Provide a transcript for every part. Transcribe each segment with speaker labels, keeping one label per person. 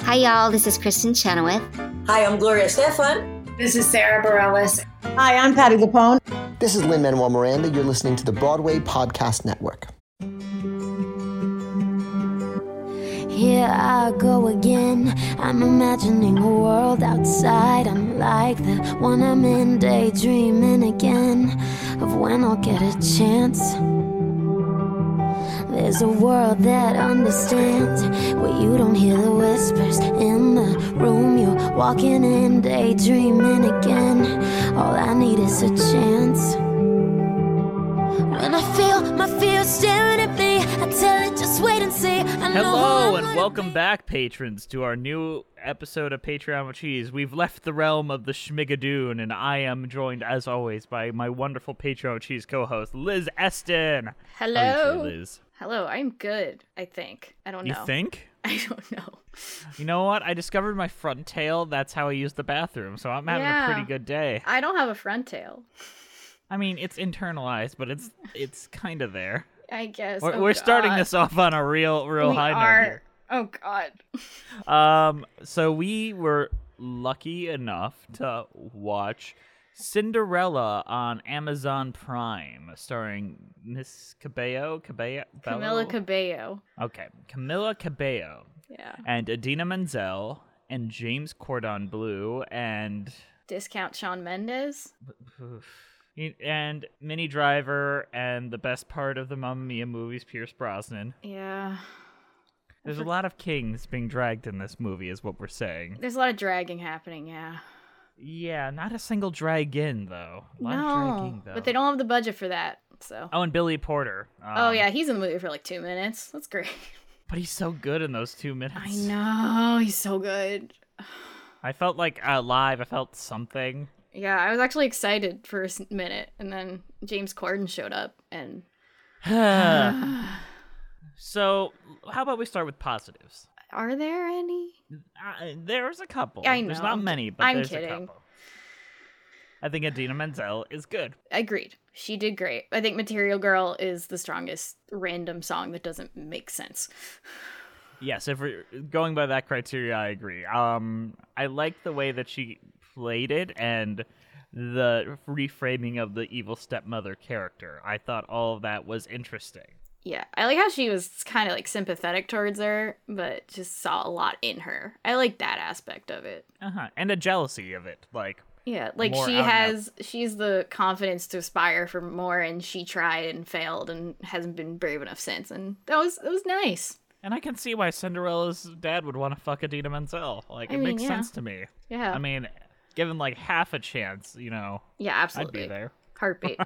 Speaker 1: Hi, y'all. This is Kristen Chenoweth.
Speaker 2: Hi, I'm Gloria Stefan.
Speaker 3: This is Sarah Bareilles.
Speaker 4: Hi, I'm Patty Lapone.
Speaker 5: This is Lynn Manuel Miranda. You're listening to the Broadway Podcast Network.
Speaker 6: Here I go again. I'm imagining a world outside. I'm like the one I'm in, daydreaming again of when I'll get a chance. There's a world that understands where you don't hear the whispers in the room. You're walking in, daydreaming again. All I need is a chance. When I feel my fear staring at me, I tell it just wait and see. I know who
Speaker 7: Hello
Speaker 6: I
Speaker 7: and
Speaker 6: wanna
Speaker 7: welcome back, patrons, to our new episode of Patreon with Cheese. We've left the realm of the Schmigadoon, and I am joined, as always, by my wonderful Patreon with Cheese co-host, Liz Eston. How are you today,
Speaker 3: Hello.
Speaker 7: Liz.
Speaker 3: Hello, I'm good, I think. I don't
Speaker 7: You
Speaker 3: know.
Speaker 7: think?
Speaker 3: I don't know.
Speaker 7: You know what? I discovered my front tail. That's how I use the bathroom, so I'm having a pretty
Speaker 3: Yeah.
Speaker 7: good day.
Speaker 3: I don't have a front tail.
Speaker 7: I mean, it's internalized, but it's it's kind of there.
Speaker 3: I guess.
Speaker 7: We're,
Speaker 3: Oh,
Speaker 7: we're starting
Speaker 3: God.
Speaker 7: this off on a real, real
Speaker 3: we
Speaker 7: high note here.
Speaker 3: are. Oh God.
Speaker 7: Um, so we were lucky enough to watch Cinderella on Amazon Prime, starring Miss Cabello, Cabello,
Speaker 3: Camilla
Speaker 7: Bello?
Speaker 3: Cabello.
Speaker 7: Okay, Camilla Cabello
Speaker 3: Yeah.
Speaker 7: and Adina Menzel and James Cordon Bleu and
Speaker 3: Discount Sean Mendes.
Speaker 7: and Minnie Driver and the best part of the Mamma Mia movies, Pierce Brosnan.
Speaker 3: Yeah.
Speaker 7: There's a lot of kings being dragged in this movie, is what we're saying.
Speaker 3: There's a lot of dragging happening. Yeah.
Speaker 7: Yeah, not a single dragon though. A lot of
Speaker 3: no.
Speaker 7: dragging, though.
Speaker 3: But they don't have the budget for that. So.
Speaker 7: Oh, and Billy Porter. Um,
Speaker 3: oh yeah, he's in the movie for like two minutes. That's great.
Speaker 7: but he's so good in those two minutes.
Speaker 3: I know. He's so good.
Speaker 7: I felt like alive. I felt something.
Speaker 3: Yeah, I was actually excited for a s- minute, and then James Corden showed up, and
Speaker 7: Uh. so, how about we start with positives?
Speaker 3: are there any?
Speaker 7: Uh, there's a couple.
Speaker 3: I
Speaker 7: There's
Speaker 3: know.
Speaker 7: not
Speaker 3: I'm-
Speaker 7: many, but
Speaker 3: I'm
Speaker 7: there's
Speaker 3: kidding.
Speaker 7: a couple. I think Adina Menzel is good.
Speaker 3: Agreed. She did great. I think Material Girl is the strongest random song that doesn't make sense.
Speaker 7: Yes, if we're going by that criteria, I agree. Um, I like the way that she played it and the reframing of the evil stepmother character. I thought all of that was interesting.
Speaker 3: Yeah, I like how she was kind of like sympathetic towards her, but just saw a lot in her. I like that aspect of it.
Speaker 7: Uh-huh. And a jealousy of it. Like,
Speaker 3: Yeah, like
Speaker 7: More
Speaker 3: she
Speaker 7: out and out.
Speaker 3: has, she's the confidence to aspire for more, and she tried and failed and hasn't been brave enough since. And that was that was nice.
Speaker 7: and I can see why Cinderella's dad would want to fuck Adina Menzel. Like,
Speaker 3: I
Speaker 7: it
Speaker 3: mean,
Speaker 7: makes
Speaker 3: yeah.
Speaker 7: sense to me.
Speaker 3: Yeah,
Speaker 7: I mean, given like half a chance, you know,
Speaker 3: yeah, absolutely.
Speaker 7: I'd be there.
Speaker 3: Heartbeat.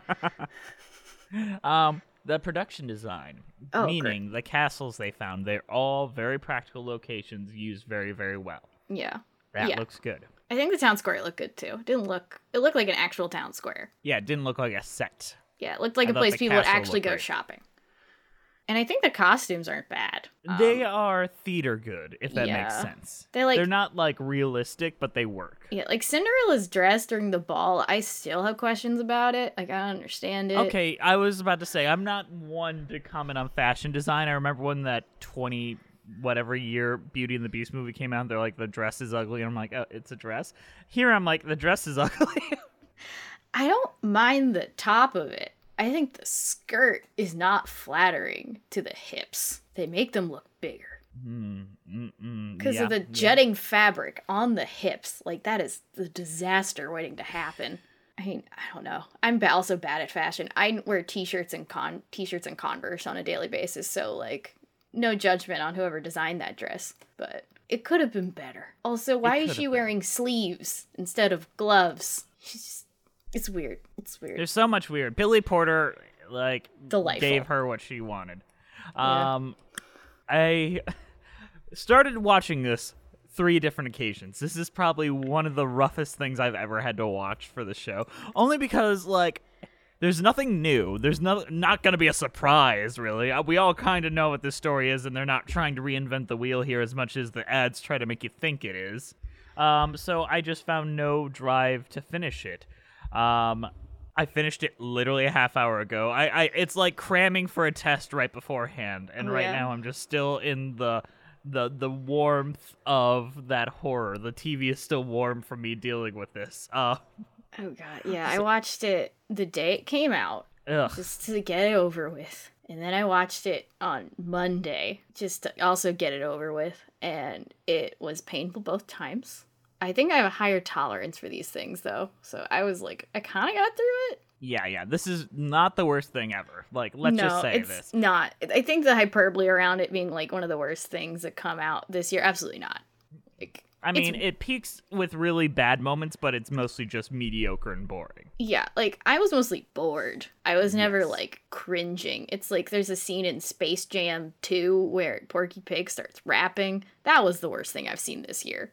Speaker 7: Um, the production design,
Speaker 3: Oh, great.
Speaker 7: meaning the castles they found, they're all very practical locations used very, very well.
Speaker 3: yeah.
Speaker 7: That
Speaker 3: Yeah.
Speaker 7: looks good.
Speaker 3: I think the town square looked good too. It didn't look it looked like an actual town square.
Speaker 7: Yeah, it didn't look like a set.
Speaker 3: Yeah, it looked like
Speaker 7: I
Speaker 3: a
Speaker 7: thought
Speaker 3: place
Speaker 7: the
Speaker 3: people would
Speaker 7: castle
Speaker 3: actually
Speaker 7: looked
Speaker 3: go
Speaker 7: great.
Speaker 3: shopping. And I think the costumes aren't bad. Um,
Speaker 7: they are theater good, if that makes
Speaker 3: yeah.
Speaker 7: sense.
Speaker 3: They, like-
Speaker 7: they're not like realistic, but they work.
Speaker 3: yeah, like Cinderella's dress during the ball, I still have questions about it. Like I don't understand it.
Speaker 7: Okay, I was about to say I'm not one to comment on fashion design. I remember when that twenty whatever year Beauty and the Beast movie came out, they're like the dress is ugly, and I'm like, oh, it's a dress. Here I'm like, the dress is ugly.
Speaker 3: I don't mind the top of it. I think the skirt is not flattering to the hips. They make them look bigger
Speaker 7: Hmm,
Speaker 3: because
Speaker 7: Because
Speaker 3: of the jetting fabric on the hips. Like that is the disaster waiting to happen. I mean, I don't know. I'm ba- also bad at fashion. I wear t-shirts and con t-shirts and Converse on a daily basis, so like no judgment on whoever designed that dress, but it could have been better. Also, why is
Speaker 7: could've
Speaker 3: she
Speaker 7: been.
Speaker 3: wearing sleeves instead of gloves? She's just it's weird. It's weird.
Speaker 7: There's so much weird. Billy Porter like
Speaker 3: Delightful.
Speaker 7: gave her what she wanted.
Speaker 3: Yeah.
Speaker 7: Um, I started watching this three different occasions. This is probably one of the roughest things I've ever had to watch for the show, only because like. There's nothing new. There's no, not going to be a surprise, really. Uh, We all kind of know what this story is, and they're not trying to reinvent the wheel here as much as the ads try to make you think it is. Um, so I just found no drive to finish it. Um, I finished it literally a half hour ago. I, I it's like cramming for a test right beforehand, and right
Speaker 3: Yeah.
Speaker 7: now I'm just still in the the the warmth of that horror. The TV is still warm from me dealing with this. Uh,
Speaker 3: Oh god, yeah. I watched it the day it came out,
Speaker 7: ugh.
Speaker 3: just to get it over with. And then I watched it on Monday, just to also get it over with. And it was painful both times. I think I have a higher tolerance for these things though. So I was like, I kinda got through it.
Speaker 7: Yeah, yeah. This is not the worst thing ever. Like, let's
Speaker 3: no,
Speaker 7: just say
Speaker 3: it's
Speaker 7: this.
Speaker 3: not. I think the hyperbole around it being like one of the worst things that come out this year, absolutely not. Like,
Speaker 7: I mean, it peaks with really bad moments, but it's mostly just mediocre and boring.
Speaker 3: Yeah, like I was mostly bored. I was never like cringing. It's like there's a scene in Space Jam 2 where Porky Pig starts rapping. That was the worst thing I've seen this year.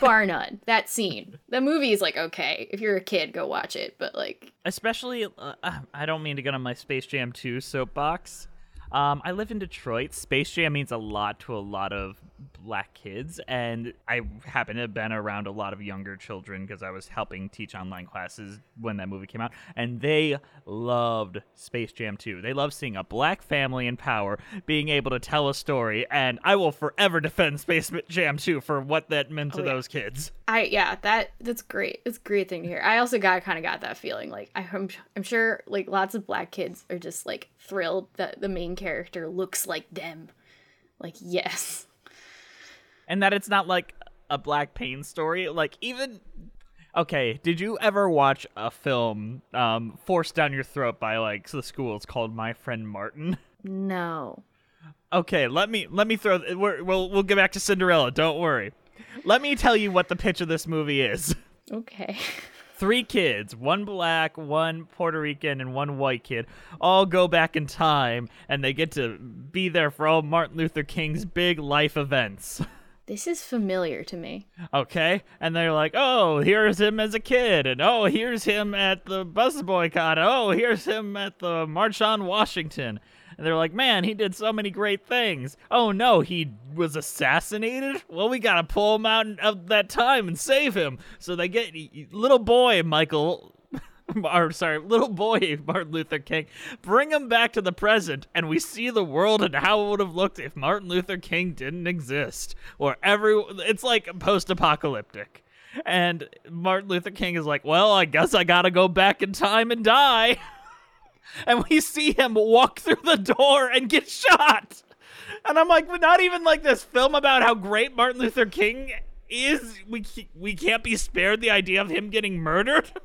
Speaker 3: Bar none. That scene. The movie is like okay, if you're a kid go watch it, but like
Speaker 7: Especially, uh, uh, I don't mean to get on my Space Jam 2 soapbox. Um, I live in Detroit. Space Jam means a lot to a lot of black kids, and I happen to have been around a lot of younger children because I was helping teach online classes when that movie came out, and they loved Space Jam 2. They love seeing a black family in power being able to tell a story, and I will forever defend Space Jam 2 for what that meant to
Speaker 3: yeah.
Speaker 7: those kids.
Speaker 3: I yeah, that that's great. It's a great thing to hear. I also got kind of got that feeling like I, I'm I'm sure like lots of black kids are just like thrilled that the main character looks like them. Like yes.
Speaker 7: and that it's not like a black pain story like even okay did you ever watch a film um forced down your throat by like the school it's called my friend martin
Speaker 3: No.
Speaker 7: okay let me let me throw we're, we'll we'll get back to cinderella don't worry let me tell you what the pitch of this movie is
Speaker 3: Okay.
Speaker 7: three kids one black one puerto rican and one white kid all go back in time and they get to be there for all martin luther king's big life events
Speaker 3: This is familiar to me.
Speaker 7: okay and they're like oh here's him as a kid and oh here's him at the bus boycott oh here's him at the march on washington and they're like man he did so many great things oh no he was assassinated well we gotta pull him out of that time and save him so they get little boy michael or sorry little boy martin luther king bring him back to the present and we see the world and how it would have looked if martin luther king didn't exist or every it's like post-apocalyptic and martin luther king is like well i guess i gotta go back in time and die and we see him walk through the door and get shot and i'm like but not even like this film about how great martin luther king is we ca- we can't be spared the idea of him getting murdered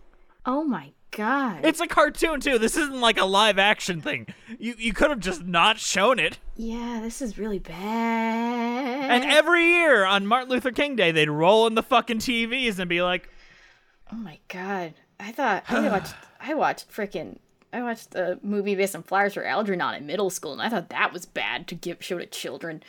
Speaker 3: Oh my god.
Speaker 7: it's a cartoon too. This isn't like a live action thing. You you could have just not shown it.
Speaker 3: yeah, this is really bad.
Speaker 7: And every year on Martin Luther King Day, they'd roll in the fucking TVs and be like,
Speaker 3: oh my god. I thought I watched I watched freaking I watched a movie based on Flowers for Algernon in middle school and I thought that was bad to give show to children.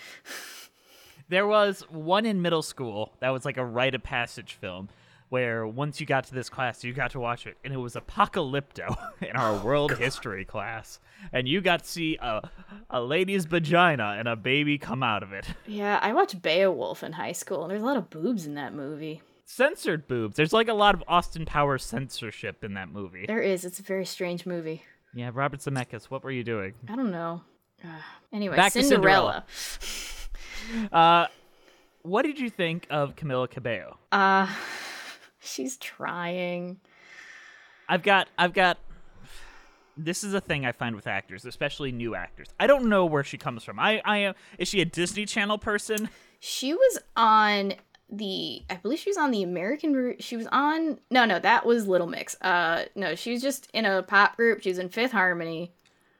Speaker 7: There was one in middle school that was like a rite of passage film where once you got to this class, you got to watch it, and it was Apocalypto in our world history class. And you got to see a, a lady's vagina and a baby come out of it.
Speaker 3: Yeah, I watched Beowulf in high school and there's a lot of boobs in that movie.
Speaker 7: Censored boobs. There's like a lot of Austin Powers censorship in that movie.
Speaker 3: There is, it's a very strange movie.
Speaker 7: Yeah, Robert Zemeckis, what were you doing?
Speaker 3: I don't know. Uh, anyway,
Speaker 7: Back to
Speaker 3: Cinderella.
Speaker 7: Cinderella. Uh, what did you think of Camila Cabello?
Speaker 3: Uh she's trying.
Speaker 7: I've got I've got this is a thing I find with actors, especially new actors. I don't know where she comes from. I I am is she a Disney Channel person?
Speaker 3: She was on the I believe she was on the American Ru- she was on no no that was Little Mix. Uh no, she was just in a pop group. She was in Fifth Harmony.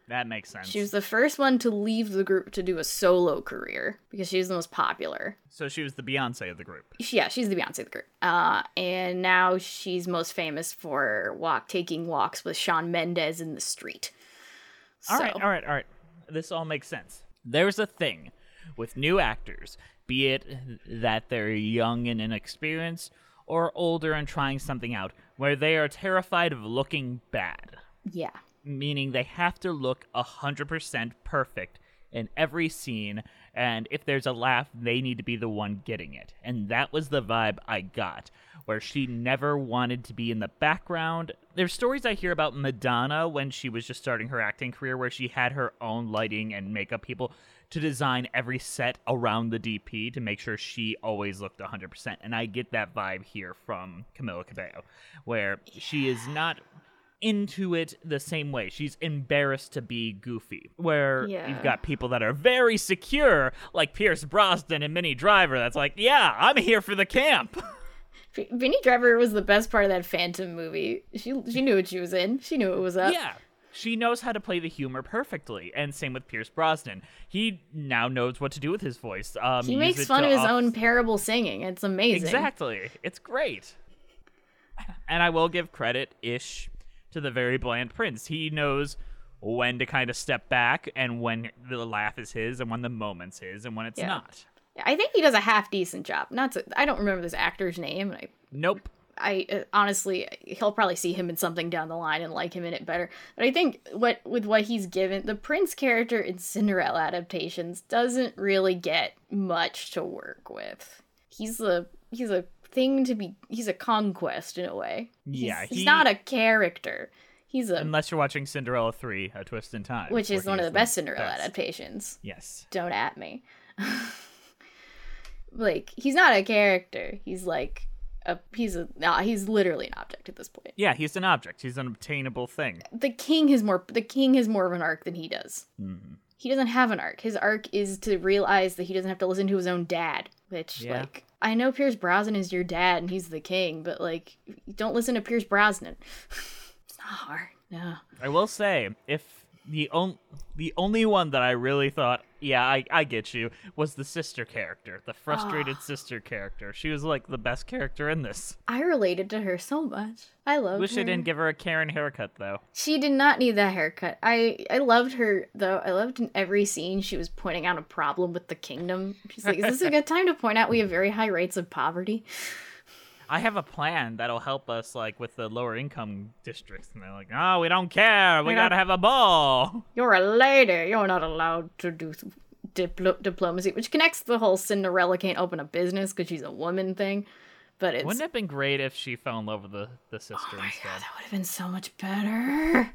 Speaker 7: That makes sense.
Speaker 3: She was the first one to leave the group to do a solo career because she was the most popular.
Speaker 7: so she was the Beyonce of the group.
Speaker 3: She- yeah, she's the Beyonce of the group. Uh and now she's most famous for walk taking walks with Sean Mendez in the street.
Speaker 7: All
Speaker 3: so,
Speaker 7: right, all right, all right. This all makes sense. There's a thing with new actors, be it that they're young and inexperienced or older and trying something out, where they are terrified of looking bad.
Speaker 3: yeah.
Speaker 7: meaning they have to look 100% perfect in every scene and if there's a laugh they need to be the one getting it and that was the vibe i got where she never wanted to be in the background. There's stories I hear about Madonna when she was just starting her acting career where she had her own lighting and makeup people to design every set around the DP to make sure she always looked 100%. And I get that vibe here from Camila Cabello where she is not into it the same way. She's embarrassed to be goofy. Where
Speaker 3: Yeah.
Speaker 7: you've got people that are very secure, like Pierce Brosnan and Minnie Driver, that's like, yeah, I'm here for the camp.
Speaker 3: V- Vinnie Driver was the best part of that Phantom movie. She she knew what she was in. She knew it was up.
Speaker 7: yeah. She knows how to play the humor perfectly. And same with Pierce Brosnan. He now knows what to do with his voice. Um,
Speaker 3: He
Speaker 7: use it
Speaker 3: makes fun
Speaker 7: to
Speaker 3: of his
Speaker 7: off-
Speaker 3: own parable singing. It's amazing.
Speaker 7: Exactly. It's great. And I will give credit ish to the very bland prince. He knows when to kind of step back and when the laugh is his and when the moment's his and when it's
Speaker 3: Yeah.
Speaker 7: not.
Speaker 3: I think he does a half decent job. Not to, I don't remember this actor's name. and I
Speaker 7: Nope.
Speaker 3: I uh, honestly, he'll probably see him in something down the line and like him in it better. But I think what with what he's given, the prince character in Cinderella adaptations doesn't really get much to work with. He's a he's a thing to be. He's a conquest in a way. He's-
Speaker 7: Yeah,
Speaker 3: he's,
Speaker 7: he-
Speaker 3: not a character. He's a
Speaker 7: Unless you're watching Cinderella 3, A Twist in Time.
Speaker 3: which
Speaker 7: where
Speaker 3: is one
Speaker 7: he's
Speaker 3: of the best Cinderella
Speaker 7: best.
Speaker 3: adaptations.
Speaker 7: Yes.
Speaker 3: Don't at me. like he's not a character. He's like a he's a nah, he's literally an object at this point.
Speaker 7: Yeah, he's an object. He's an obtainable thing.
Speaker 3: the king has more the king has more of an arc than he does.
Speaker 7: Mm-hmm.
Speaker 3: He doesn't have an arc. His arc is to realize that he doesn't have to listen to his own dad. Which
Speaker 7: Yeah.
Speaker 3: like I know Pierce Brosnan is your dad and he's the king, but like don't listen to Pierce Brosnan. it's not hard. No.
Speaker 7: I will say, if the on- the only one that I really thought, yeah, I, I get you, was the sister character, the frustrated sister character. She was like the best character in this.
Speaker 3: I related to her so much. I love
Speaker 7: Wish
Speaker 3: her.
Speaker 7: they didn't give her a Karen haircut though.
Speaker 3: She did not need that haircut. I I loved her though. I loved in every scene she was pointing out a problem with the kingdom. She's like, "Is this a good time to point out we have very high rates of poverty?"
Speaker 7: I have a plan that'll help us like with the lower income districts, and they're like, oh, we don't care. We
Speaker 3: We don't-
Speaker 7: gotta have a ball.
Speaker 3: You're a lady. You're not allowed to do diplo- diplomacy, which connects the whole Cinderella can't open a business because she's a woman thing. But it's oh
Speaker 7: Wouldn't it have been great if she fell in love with the, the sister instead?
Speaker 3: that would have been so much better.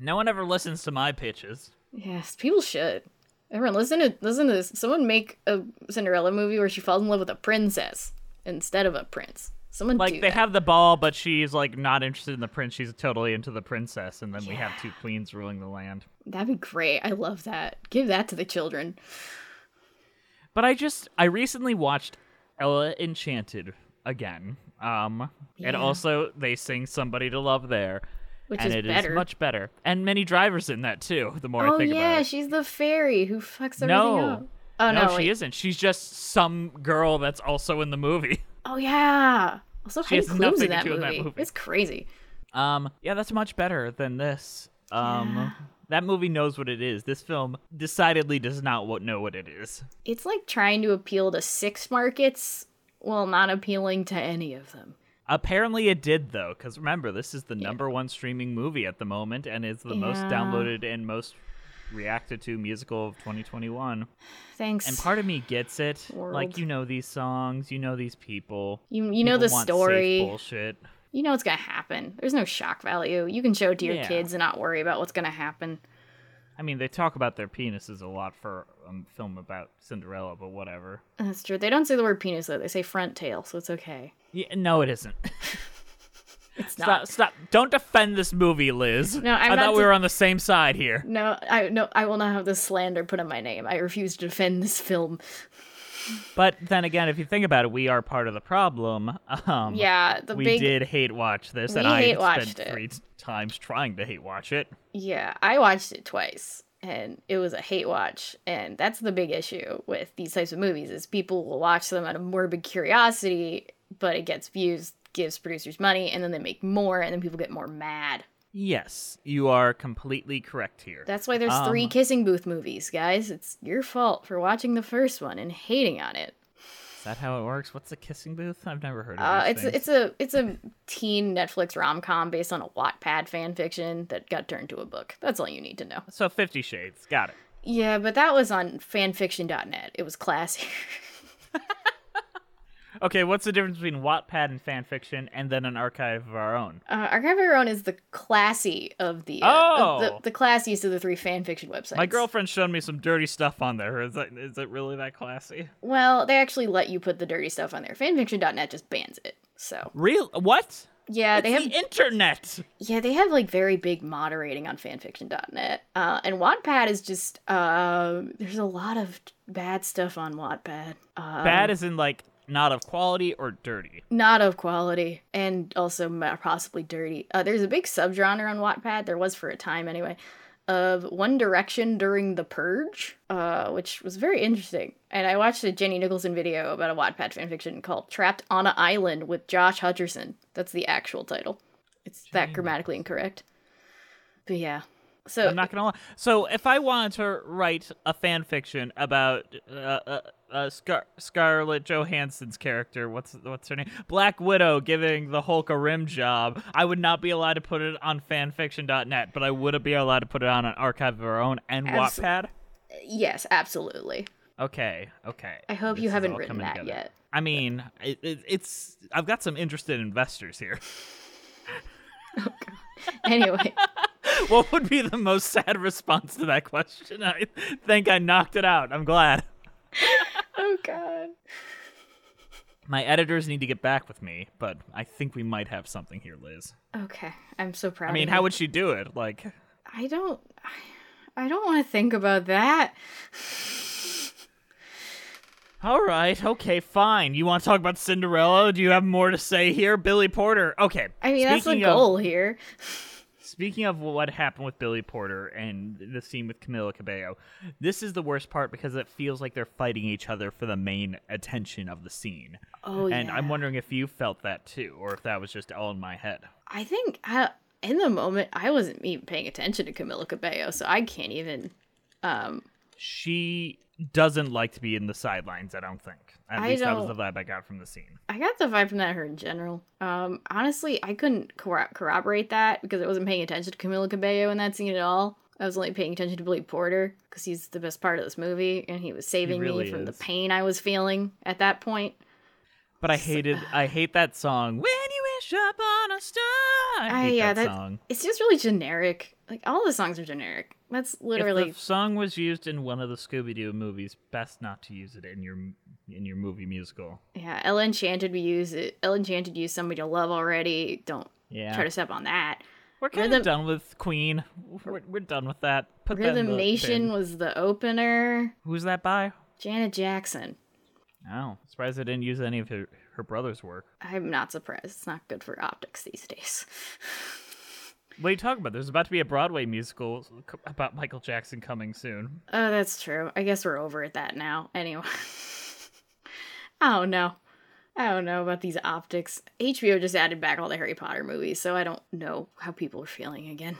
Speaker 7: No one ever listens to my pitches.
Speaker 3: Yes, people should. Everyone, listen to listen to this. Someone make a Cinderella movie where she falls in love with a princess instead of a prince. Someone
Speaker 7: Like
Speaker 3: do
Speaker 7: they
Speaker 3: that.
Speaker 7: have the ball, but she's like not interested in the prince. She's totally into the princess, and then we have two queens ruling the land.
Speaker 3: That'd be great. I love that. Give that to the children.
Speaker 7: But I just I recently watched Ella Enchanted again. Um, and also they sing "Somebody to Love" there,
Speaker 3: Which
Speaker 7: and
Speaker 3: is
Speaker 7: it is
Speaker 3: better.
Speaker 7: much better. And many drivers in that too. The more I
Speaker 3: oh
Speaker 7: think
Speaker 3: yeah,
Speaker 7: about it,
Speaker 3: she's the fairy who fucks everything
Speaker 7: No.
Speaker 3: up. Oh no,
Speaker 7: no, she
Speaker 3: wait.
Speaker 7: isn't. She's just some girl that's also in the movie.
Speaker 3: Oh yeah. Also,
Speaker 7: She
Speaker 3: Heidi
Speaker 7: has
Speaker 3: Klum's
Speaker 7: nothing
Speaker 3: in
Speaker 7: to
Speaker 3: that,
Speaker 7: do
Speaker 3: movie.
Speaker 7: with that movie.
Speaker 3: It's crazy.
Speaker 7: Um, yeah, that's much better than this. Um, that movie knows what it is. This film decidedly does not wo- know what it is.
Speaker 3: It's like trying to appeal to six markets while not appealing to any of them.
Speaker 7: Apparently it did though, because remember this is the number one streaming movie at the moment, and is the most
Speaker 3: Yeah.
Speaker 7: downloaded and most reacted to musical of 2021.
Speaker 3: Thanks.
Speaker 7: And part of me gets it, like
Speaker 3: World.
Speaker 7: you know these songs, you know these people,
Speaker 3: you you know
Speaker 7: People
Speaker 3: the
Speaker 7: want safe
Speaker 3: story.
Speaker 7: bullshit.
Speaker 3: You know what's gonna happen. There's no shock value. You can show it to your
Speaker 7: Yeah.
Speaker 3: kids and not worry about what's gonna happen.
Speaker 7: I mean, they talk about their penises a lot for a um, film about Cinderella, but whatever.
Speaker 3: That's true. They don't say the word penis though. They say front tail, so it's okay.
Speaker 7: Yeah, no, it isn't.
Speaker 3: It's
Speaker 7: Stop,
Speaker 3: not.
Speaker 7: stop. Don't defend this movie, Liz.
Speaker 3: No, I'm
Speaker 7: I
Speaker 3: not
Speaker 7: thought we
Speaker 3: de-
Speaker 7: were on the same side here.
Speaker 3: No, I no, I will not have this slander put on my name. I refuse to defend this film.
Speaker 7: But then again, if you think about it, we are part of the problem. Um,
Speaker 3: Yeah, the
Speaker 7: we
Speaker 3: big
Speaker 7: did hate watch this, and
Speaker 3: We
Speaker 7: I
Speaker 3: hate-watched
Speaker 7: spent
Speaker 3: it.
Speaker 7: three times trying to hate watch it.
Speaker 3: Yeah, I watched it twice and it was a hate watch and that's the big issue with these types of movies is people will watch them out of morbid curiosity but it gets views gives producers money and then they make more and then people get more mad
Speaker 7: Yes, you are completely correct here.
Speaker 3: that's why there's three
Speaker 7: Um,
Speaker 3: kissing booth movies guys it's your fault for watching the first one and hating on it
Speaker 7: Is that how it works? What's a kissing booth? I've never heard of
Speaker 3: uh,
Speaker 7: these
Speaker 3: it's
Speaker 7: things.
Speaker 3: it's a it's a teen netflix rom-com based on a wattpad fan fiction that got turned to a book that's all you need to know
Speaker 7: So Fifty Shades, got it.
Speaker 3: yeah but that was on fanfiction.net it was classy
Speaker 7: Okay, what's the difference between Wattpad and fan fiction and then an archive of our own?
Speaker 3: Uh, Archive of Your Own is the classy of the, uh, of the
Speaker 7: Oh.
Speaker 3: the classiest of the three fan fiction websites.
Speaker 7: My girlfriend showed me some dirty stuff on there. Is that is it really that classy?
Speaker 3: Well, they actually let you put the dirty stuff on there. Fanfiction.net just bans it. So
Speaker 7: Real what?
Speaker 3: yeah, Uh, they have
Speaker 7: the internet.
Speaker 3: yeah they have like very big moderating on fanfiction.net. Uh, and Wattpad is just uh, there's a lot of bad stuff on Wattpad. Uh,
Speaker 7: Bad is in like not of quality or dirty.
Speaker 3: not of quality and also ma- possibly dirty. Uh, there's a big subgenre on Wattpad, there was for a time anyway, of One Direction during the Purge, uh, which was very interesting. And I watched a Jenny Nicholson video about a Wattpad fanfiction called Trapped on a Island with Josh Hutcherson. That's the actual title. It's that grammatically incorrect. But yeah. So
Speaker 7: I'm not gonna lie. So if I wanted to write a fan fiction about uh, uh, uh, Scar- Scarlett Johansson's character, what's what's her name, Black Widow, giving the Hulk a rim job, I would not be allowed to put it on fanfiction.net, but I would be allowed to put it on an archive of our own and
Speaker 3: Abso-
Speaker 7: Wattpad.
Speaker 3: yes, absolutely.
Speaker 7: Okay, okay.
Speaker 3: I hope
Speaker 7: This
Speaker 3: you
Speaker 7: is
Speaker 3: haven't
Speaker 7: all
Speaker 3: written
Speaker 7: coming
Speaker 3: that
Speaker 7: together.
Speaker 3: yet.
Speaker 7: I mean, it, it, it's I've got some interested investors here.
Speaker 3: Anyway.
Speaker 7: what would be the most sad response to that question? I think I knocked it out. I'm glad.
Speaker 3: oh god.
Speaker 7: My editors need to get back with me, but I think we might have something here, Liz.
Speaker 3: Okay. I'm so proud
Speaker 7: I mean,
Speaker 3: of
Speaker 7: how
Speaker 3: you.
Speaker 7: would she do it? Like,
Speaker 3: I don't. I- I don't want to think about that.
Speaker 7: all right, okay, fine. You want to talk about Cinderella? Do you have more to say here, Billy Porter? Okay.
Speaker 3: I mean, that's the
Speaker 7: speaking of-
Speaker 3: goal here.
Speaker 7: Speaking of what happened with Billy Porter and the scene with Camila Cabello, this is the worst part because it feels like they're fighting each other for the main attention of the scene.
Speaker 3: Oh,
Speaker 7: and I'm
Speaker 3: yeah.
Speaker 7: wondering if you felt that too, or if that was just all in my head.
Speaker 3: I think I, in the moment I wasn't even paying attention to Camila Cabello, so I can't even. Um,
Speaker 7: She doesn't like to be in the sidelines, I don't think. At
Speaker 3: I
Speaker 7: least that was the
Speaker 3: don't-
Speaker 7: vibe I got from the scene.
Speaker 3: I got the vibe from that her in general. Um, honestly, I couldn't corro- corroborate that because I wasn't paying attention to Camila Cabello in that scene at all. I was only paying attention to Billy Porter because he's the best part of this movie, and he was saving
Speaker 7: really
Speaker 3: me from the
Speaker 7: is.
Speaker 3: pain I was feeling at that point.
Speaker 7: But I hated, I hate that song. When you wish upon a star. I
Speaker 3: Ah,
Speaker 7: hate
Speaker 3: yeah,
Speaker 7: that,
Speaker 3: that-
Speaker 7: song.
Speaker 3: It's just really generic. Like all the songs are generic. That's literally
Speaker 7: If the song was used in one of the Scooby Doo movies, best not to use it in your in your movie musical.
Speaker 3: yeah. Ella Enchanted we use it. Ella Enchanted used somebody to love already. Don't
Speaker 7: Yeah,
Speaker 3: try to step on that.
Speaker 7: we're kind
Speaker 3: Rhythm-
Speaker 7: of done with Queen. We're, we're done with that. Put that in
Speaker 3: Rhythm
Speaker 7: the
Speaker 3: Nation
Speaker 7: bin.
Speaker 3: was the opener.
Speaker 7: Who's that by?
Speaker 3: Janet Jackson.
Speaker 7: Oh, surprised I didn't use any of her, her brother's work.
Speaker 3: I'm not surprised. It's not good for optics these days.
Speaker 7: What are you talking about? There's about to be a Broadway musical c- about Michael Jackson coming soon.
Speaker 3: Oh, that's true. I guess we're over at that now. Anyway. I don't know. I don't know about these optics. HBO just added back all the Harry Potter movies, so I don't know how people are feeling again.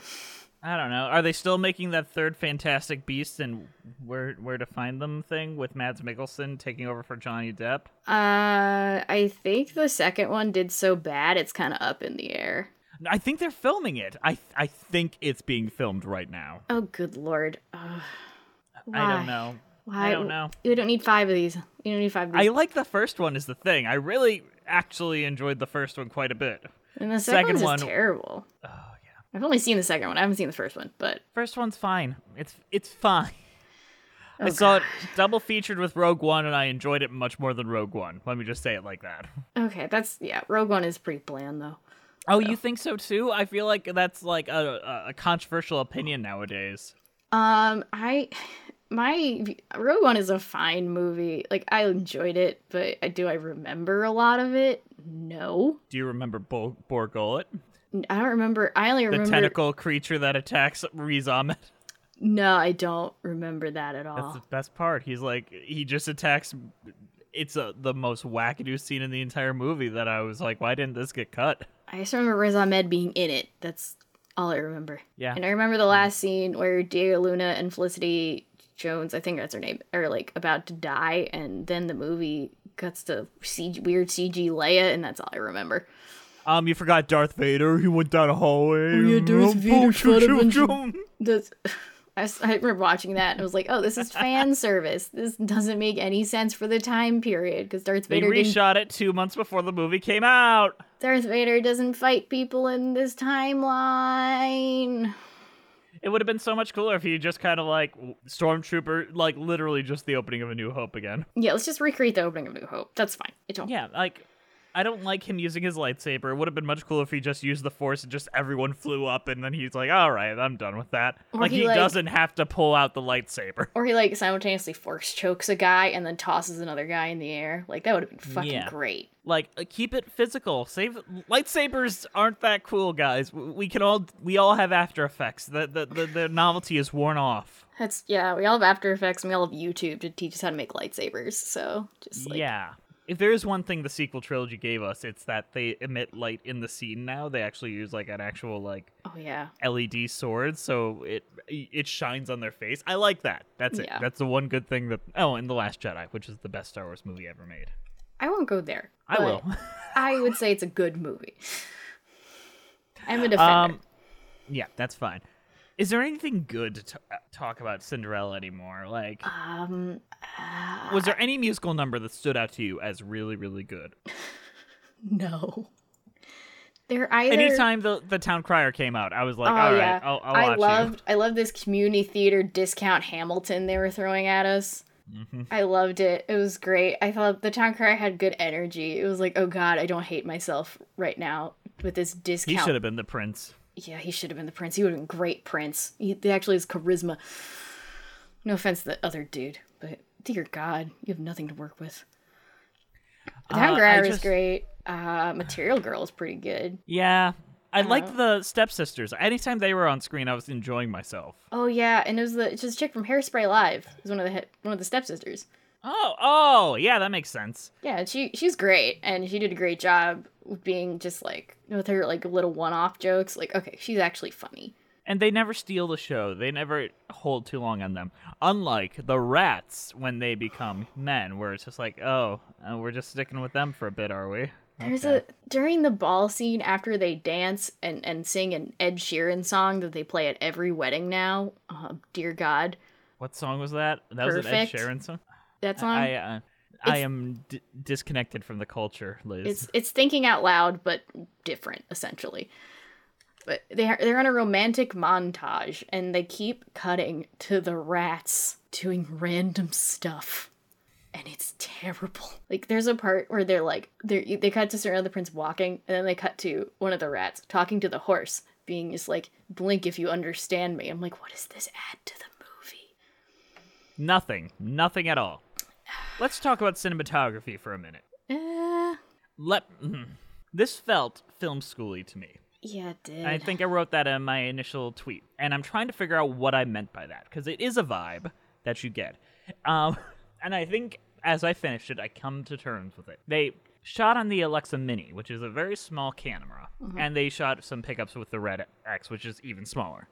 Speaker 7: I don't know. Are they still making that third Fantastic Beast and where where to find them thing with Mads Mikkelsen taking over for Johnny Depp?
Speaker 3: Uh, I think the second one did so bad it's kind of up in the air.
Speaker 7: I think they're filming it. I I think it's being filmed right now.
Speaker 3: Oh, good lord. Ugh.
Speaker 7: I
Speaker 3: Why?
Speaker 7: don't know.
Speaker 3: Why?
Speaker 7: I don't know.
Speaker 3: We don't need five of these. We don't need five of
Speaker 7: I
Speaker 3: these.
Speaker 7: like the first one is the thing. I really actually enjoyed the first one quite a bit.
Speaker 3: and the second,
Speaker 7: second
Speaker 3: one's
Speaker 7: one-
Speaker 3: just terrible. Oh, yeah. I've only seen the second one. I haven't seen the first one, but
Speaker 7: First one's fine. It's it's fine. Oh, I saw it double featured with Rogue One and I enjoyed it much more than Rogue One. Let me just say it like that.
Speaker 3: okay, that's, yeah, Rogue One is pretty bland, though.
Speaker 7: Oh, you think so too? I feel like that's like a, a- a controversial opinion nowadays.
Speaker 3: Um, I, my, Rogue One is a fine movie. Like, I enjoyed it, but I- do I remember a lot of it? No.
Speaker 7: Do you remember Bo- Borgullet,
Speaker 3: I don't remember. I only
Speaker 7: the
Speaker 3: remember.
Speaker 7: tentacle creature that attacks Riz Ahmed?
Speaker 3: No, I don't remember that at all.
Speaker 7: That's the best part. He's like he just attacks. It's a, the most wackadoo scene in the entire movie that I was like, why didn't this get cut?
Speaker 3: I just remember Riz Ahmed being in it. That's all I remember.
Speaker 7: Yeah.
Speaker 3: And I remember the last scene where Diego Luna and Felicity Jones, I think that's her name, are like about to die, and then the movie cuts to CG, weird CG Leia, and that's all I remember.
Speaker 7: Um, you forgot Darth Vader. He went down a hallway.
Speaker 3: yeah, Darth Vader shot a bunch of- That's I, was, I remember watching that and I was like, "Oh, this is fan service. This doesn't make any sense for the time period because Darth
Speaker 7: They
Speaker 3: Vader didn't,
Speaker 7: reshot it two months before the movie came out.
Speaker 3: Darth Vader doesn't fight people in this timeline."
Speaker 7: It would have been so much cooler if you just kind of like stormtrooper, like literally just the opening of A New Hope again.
Speaker 3: Yeah, let's just recreate the opening of New Hope. That's fine. It don't.
Speaker 7: Yeah, like I don't like him using his lightsaber. It would have been much cooler if he just used the force and just everyone flew up, and then he's like, "All right, I'm done with that."
Speaker 3: Or
Speaker 7: like
Speaker 3: he,
Speaker 7: he,
Speaker 3: like-
Speaker 7: doesn't have to pull out the lightsaber.
Speaker 3: Or he like simultaneously force chokes a guy and then tosses another guy in the air. Like that would have been fucking
Speaker 7: Yeah.
Speaker 3: great.
Speaker 7: Like uh, keep it physical. Save lightsabers aren't that cool, guys. W- We can all we all have After Effects. The the the, the novelty is worn off.
Speaker 3: That's yeah. We all have After Effects and we all have YouTube to teach us how to make lightsabers. So just like
Speaker 7: yeah. If there is one thing the sequel trilogy gave us, it's that they emit light in the scene now. They actually use like an actual like
Speaker 3: oh yeah.
Speaker 7: LED sword, so it it shines on their face. I like that. That's it.
Speaker 3: Yeah.
Speaker 7: That's the one good thing that. Oh, and the Last Jedi, which is the best Star Wars movie ever made.
Speaker 3: I won't go there.
Speaker 7: I
Speaker 3: but
Speaker 7: will.
Speaker 3: I would say it's a good movie. I'm a defender.
Speaker 7: um, yeah, that's fine. Is there anything good to t- uh, talk about Cinderella anymore? Like,
Speaker 3: Um,
Speaker 7: was there any musical number that stood out to you as really, really good?
Speaker 3: no. They're either.
Speaker 7: Anytime the the town crier came out, I was like,
Speaker 3: Oh,
Speaker 7: all right,
Speaker 3: yeah.
Speaker 7: I'll, I'll
Speaker 3: I
Speaker 7: watch
Speaker 3: loved. I loved this community theater discount Hamilton they were throwing at us.
Speaker 7: Mm-hmm.
Speaker 3: I loved it. It was great. I thought the town crier had good energy. It was like, oh god, I don't hate myself right now with this
Speaker 7: you. He
Speaker 3: discount.
Speaker 7: should have been the prince.
Speaker 3: Yeah, he should have been the prince. He would have been great prince. He he actually has charisma. No offense to the other dude, but dear God, you have nothing to work with. The
Speaker 7: Uh,
Speaker 3: Town
Speaker 7: I
Speaker 3: Crier is
Speaker 7: just-
Speaker 3: great. Uh, Material Girl is pretty good.
Speaker 7: Yeah, I
Speaker 3: Uh-huh.
Speaker 7: liked the stepsisters. Anytime they were on screen, I was enjoying myself.
Speaker 3: Oh yeah, and it was the it's just chick from Hairspray Live. It was one of the he- one of the stepsisters.
Speaker 7: Oh, oh, yeah, that makes sense.
Speaker 3: Yeah, and she she's great, and she did a great job with being just like with her like little one off jokes. Like okay, she's actually funny.
Speaker 7: And they never steal the show. They never hold too long on them. Unlike the rats when they become men, where it's just like, oh, uh, we're just sticking with them for a bit, are we?
Speaker 3: There's a during the ball scene after they dance and and sing an Ed Sheeran song that they play at every wedding now. Uh, dear God,
Speaker 7: What song was that? That was an Ed
Speaker 3: Perfect.
Speaker 7: Sheeran song.
Speaker 3: that song.
Speaker 7: I uh, I am d- disconnected from the culture, Liz.
Speaker 3: it's it's thinking out loud but different essentially. But they are, they're on a romantic montage and they keep cutting to the rats doing random stuff. And it's terrible. Like there's a part where they're like they they cut to Serena the Prince walking, and then they cut to one of the rats talking to the horse, being just like, "Blink if you understand me." I'm like, what does this add to the movie?
Speaker 7: Nothing, nothing at all. Let's talk about cinematography for a minute. Eh.
Speaker 3: Uh,
Speaker 7: Let hmm. this felt film schooly to me.
Speaker 3: yeah, it did.
Speaker 7: I think I wrote that in my initial tweet, and I'm trying to figure out what I meant by that because it is a vibe that you get. Um, and I think as I finished it, I come to terms with it. They shot on the Alexa Mini, which is a very small camera,
Speaker 3: Mm-hmm.
Speaker 7: and they shot some pickups with the Red X, which is even smaller.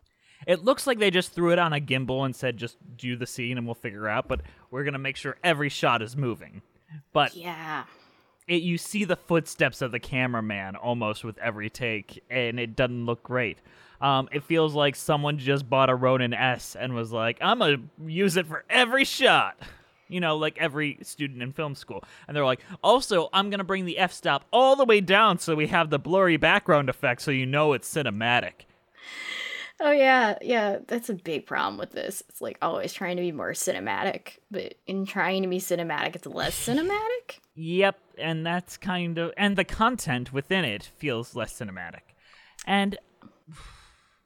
Speaker 7: It looks like they just threw it on a gimbal and said, "Just do the scene, and we'll figure out." But we're gonna make sure every shot is moving. But
Speaker 3: yeah.
Speaker 7: it, you see the footsteps of the cameraman almost with every take, and it doesn't look great. Um, it feels like someone just bought a Ronin S and was like, "I'm gonna use it for every shot." You know, like every student in film school, and they're like, "Also, I'm gonna bring the f-stop all the way down so we have the blurry background effect, so you know it's cinematic."
Speaker 3: Oh yeah, yeah, that's a big problem with this. It's like always trying to be more cinematic, but in trying to be cinematic, it's less cinematic.
Speaker 7: Yep, and that's kind of and the content within it feels less cinematic. And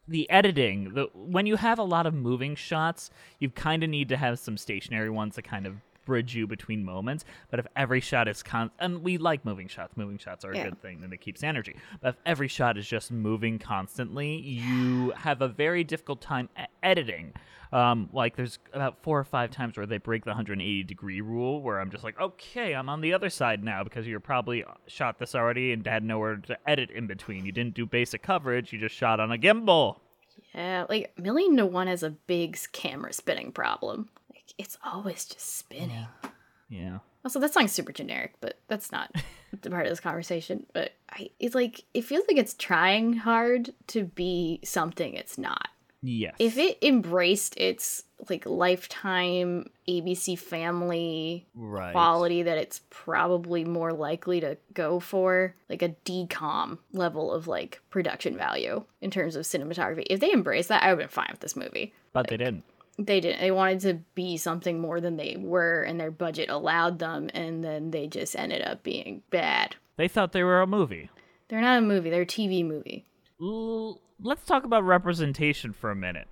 Speaker 7: the editing, the when you have a lot of moving shots, you kind of need to have some stationary ones to kind of bridge you between moments. But if every shot is con and we like moving shots, moving shots are a
Speaker 3: Yeah.
Speaker 7: good thing and it keeps energy. But if every shot is just moving constantly, you have a very difficult time e- editing. Um, like there's about four or five times where they break the 180 degree rule, where I'm just like, okay, I'm on the other side now because you're probably shot this already and had nowhere to edit in between. You didn't do basic coverage; you just shot on a gimbal.
Speaker 3: Yeah, like Million to One has a big s- camera spinning problem. Like it's always just spinning.
Speaker 7: Yeah.
Speaker 3: Also, that song's super generic, but that's not the part of this conversation. But I, it's like it feels like it's trying hard to be something it's not.
Speaker 7: Yes.
Speaker 3: if it embraced its like lifetime ABC family
Speaker 7: right.
Speaker 3: quality that it's probably more likely to go for, like a decom level of like production value in terms of cinematography. If they embraced that, I would have been fine with this movie.
Speaker 7: but they didn't.
Speaker 3: They didn't. They wanted to be something more than they were, and their budget allowed them, and then they just ended up being bad.
Speaker 7: They thought they were a movie.
Speaker 3: They're not a movie, they're a TV movie.
Speaker 7: L- let's talk about representation for a minute.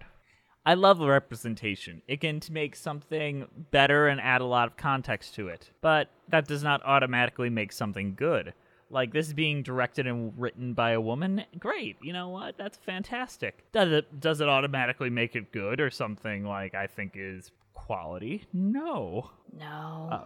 Speaker 7: I love representation. It can t- make something better and add a lot of context to it, but that does not automatically make something good. Like this being directed and written by a woman, great. You know what? That's fantastic. Does it does it automatically make it good or something like I think is quality? No.
Speaker 3: No.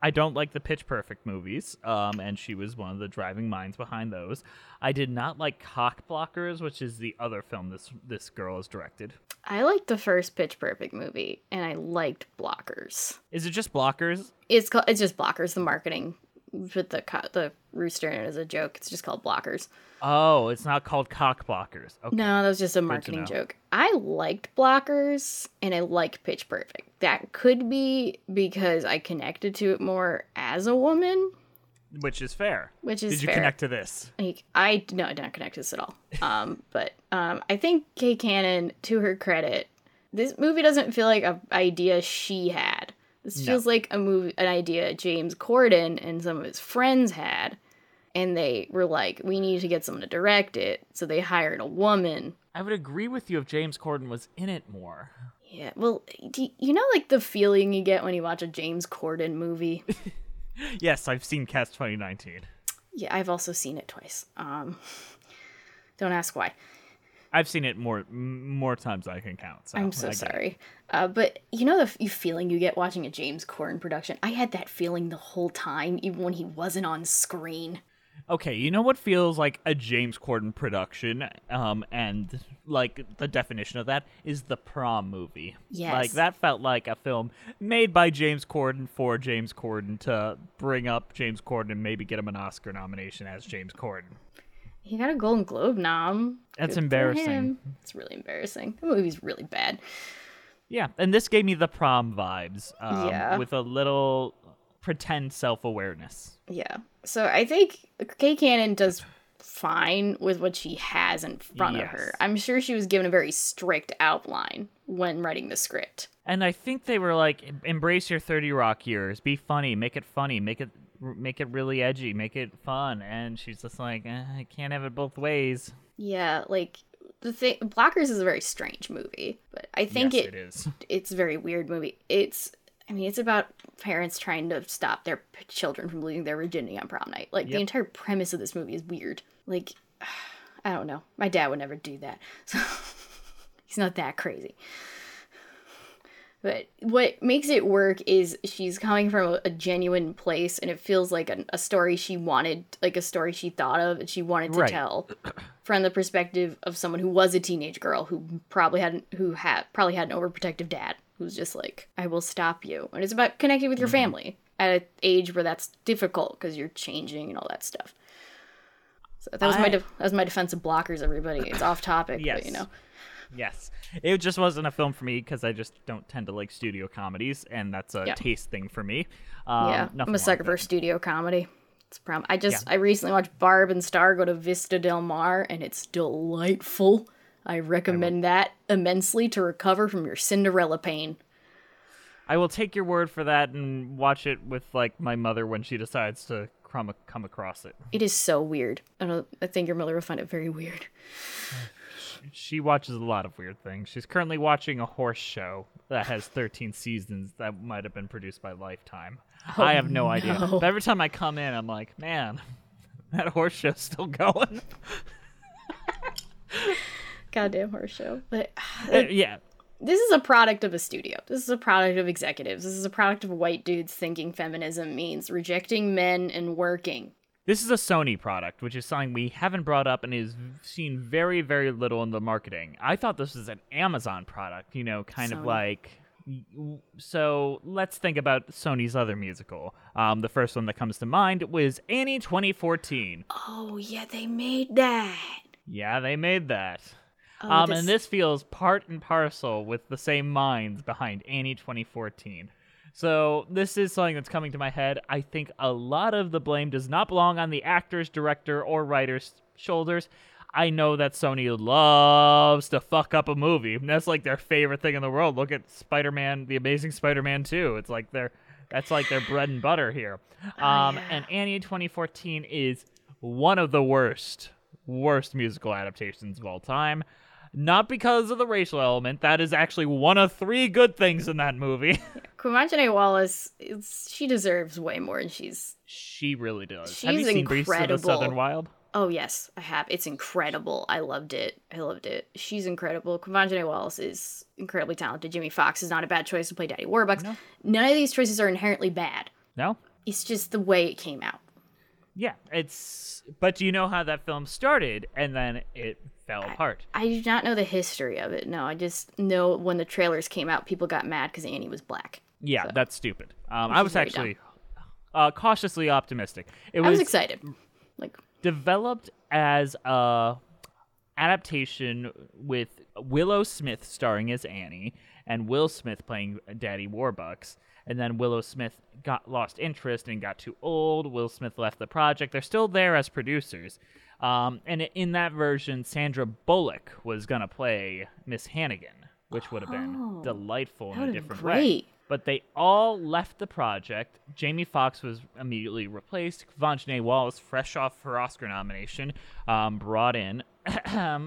Speaker 7: I don't like the Pitch Perfect movies, um, and she was one of the driving minds behind those. I did not like Cock Blockers, which is the other film this this girl has directed.
Speaker 3: I liked the first Pitch Perfect movie, and I liked Blockers.
Speaker 7: Is it just Blockers?
Speaker 3: It's called. It's just Blockers. The marketing with the co- the rooster in it is a joke. It's just called Blockers.
Speaker 7: Oh, it's not called Cock Blockers. Okay.
Speaker 3: No, that was just a marketing
Speaker 7: know.
Speaker 3: joke. I liked Blockers, and I liked Pitch Perfect. That could be because I connected to it more as a woman.
Speaker 7: Which is fair.
Speaker 3: Which is
Speaker 7: Did you
Speaker 3: fair.
Speaker 7: connect to this?
Speaker 3: like I no, I don't connect to this at all. Um, but um, I think Kay Cannon, to her credit, this movie doesn't feel like a idea she had. This feels like a movie, an idea James Corden and some of his friends had, and they were like, "We need to get someone to direct it," so they hired a woman.
Speaker 7: I would agree with you if James Corden was in it more.
Speaker 3: Yeah, well, do you know, like the feeling you get when you watch a James Corden movie.
Speaker 7: Yes, I've seen Cast 2019.
Speaker 3: yeah, I've also seen it twice. Um, don't ask why.
Speaker 7: I've seen it more m- more times than I can count. So
Speaker 3: I'm so
Speaker 7: I get it.
Speaker 3: sorry. Uh, but you know the f- you feeling you get watching a James Corden production? I had that feeling the whole time, even when he wasn't on screen.
Speaker 7: Okay, you know what feels like a James Corden production, um, and like the definition of that is the prom movie.
Speaker 3: Yes.
Speaker 7: like that felt like a film made by James Corden for James Corden to bring up James Corden and maybe get him an Oscar nomination as James Corden.
Speaker 3: He got a Golden Globe nom. Good
Speaker 7: That's
Speaker 3: for
Speaker 7: embarrassing.
Speaker 3: him. It's really embarrassing. The movie's really bad.
Speaker 7: Yeah, and this gave me the prom vibes, um,
Speaker 3: Yeah.
Speaker 7: with a little pretend self awareness.
Speaker 3: Yeah. So I think Kay Cannon does fine with what she has in front of her.
Speaker 7: Yes.
Speaker 3: I'm sure she was given a very strict outline when writing the script.
Speaker 7: And I think they were like, "Em- embrace your Thirty Rock years, be funny, make it funny, make it make it really edgy, make it fun. And she's just like, eh, I can't have it both ways.
Speaker 3: Yeah, like the thing Blockers is a very strange movie, but I think
Speaker 7: yes,
Speaker 3: it
Speaker 7: it is.
Speaker 3: it's a very weird movie. It's I mean, it's about parents trying to stop their p- children from losing their virginity on prom night. Like the
Speaker 7: Yep.
Speaker 3: entire premise of this movie is weird. Like I don't know. My dad would never do that. So he's not that crazy. But what makes it work is she's coming from a, a genuine place and it feels like an, a story she wanted, like a story she thought of and she wanted to
Speaker 7: Right.
Speaker 3: tell from the perspective of someone who was a teenage girl who probably had who had probably had an overprotective dad who's just like I will stop you and it's about connecting with your
Speaker 7: Mm-hmm.
Speaker 3: family at an age where that's difficult because you're changing and all that stuff. So that was my
Speaker 7: I-
Speaker 3: de- that was my defense of blockers. Everybody, it's off topic, but
Speaker 7: Yes.
Speaker 3: you know,
Speaker 7: Yes, it just wasn't a film for me because I just don't tend to like studio comedies, and that's a
Speaker 3: Yeah.
Speaker 7: taste thing for me. Um,
Speaker 3: yeah,
Speaker 7: nothing
Speaker 3: I'm
Speaker 7: wrong
Speaker 3: a sucker
Speaker 7: with
Speaker 3: for
Speaker 7: it.
Speaker 3: studio comedy. It's a problem. I just I recently watched Barb and Star go to Vista Del Mar, and it's delightful. I recommend that immensely to recover from your Cinderella pain.
Speaker 7: I will take your word for that and watch it with like my mother when she decides to come come across it.
Speaker 3: It is so weird. I don't. I think your mother will find it very weird.
Speaker 7: She watches a lot of weird things. She's currently watching a horse show that has 13 seasons that might have been produced by Lifetime. I have no, idea. But every time I come in, I'm like, man, that horse show's still going.
Speaker 3: Goddamn horse show. But
Speaker 7: Uh, yeah.
Speaker 3: this is a product of a studio. This is a product of executives. This is a product of white dudes thinking feminism means rejecting men and working.
Speaker 7: This is a Sony product, which is something we haven't brought up and is seen very, very little in the marketing. I thought this was an Amazon product, you know, kind of
Speaker 3: Sony.
Speaker 7: like. So let's think about Sony's other musical. Um, the first one that comes to mind was Annie 2014.
Speaker 3: Oh yeah, they made that. Oh,
Speaker 7: Yeah, they made that. um,
Speaker 3: this-
Speaker 7: And this feels part and parcel with the same minds behind Annie 2014. So this is something that's coming to my head. I think a lot of the blame does not belong on the actors, director, or writer's shoulders. I know that Sony loves to fuck up a movie. That's like their favorite thing in the world. Look at Spider-Man, The Amazing Spider-Man 2. It's like their that's like their bread and butter here. Um, And Annie 2014 is one of the worst, worst musical adaptations of all time. Not because of the racial element. That is actually one of three good things in that movie.
Speaker 3: Kumajane Wallace, it's, she deserves way more, and she's
Speaker 7: she really does.
Speaker 3: She's
Speaker 7: Have you seen Grease of the
Speaker 3: incredible.
Speaker 7: Southern Wild?
Speaker 3: oh yes, I have. It's incredible. I loved it. I loved it. She's incredible. Kumajane Wallace is incredibly talented. Jimmy Fox is not a bad choice to play Daddy Warbucks. None of these choices are inherently bad.
Speaker 7: No.
Speaker 3: It's just the way it came out.
Speaker 7: Yeah, it's. But you know how that film started, and then it fell apart.
Speaker 3: I do not know the history of it. No, I just know when the trailers came out, people got mad because Annie was black.
Speaker 7: Yeah, that's stupid. Um, I
Speaker 3: is
Speaker 7: was
Speaker 3: very
Speaker 7: actually uh, cautiously optimistic. It
Speaker 3: I
Speaker 7: was,
Speaker 3: was excited. Like,
Speaker 7: developed as a adaptation with Willow Smith starring as Annie and Will Smith playing Daddy Warbucks. And then Willow Smith got lost interest and got too old. Will Smith left the project. They're still there as producers. Um, and in that version, Sandra Bullock was gonna play Miss Hannigan, which would have been delightful in a
Speaker 3: would've been
Speaker 7: different way
Speaker 3: great.
Speaker 7: but they all left the project. Jamie Foxx was immediately replaced. Vanjane Wallace, fresh off her Oscar nomination, um, brought in. and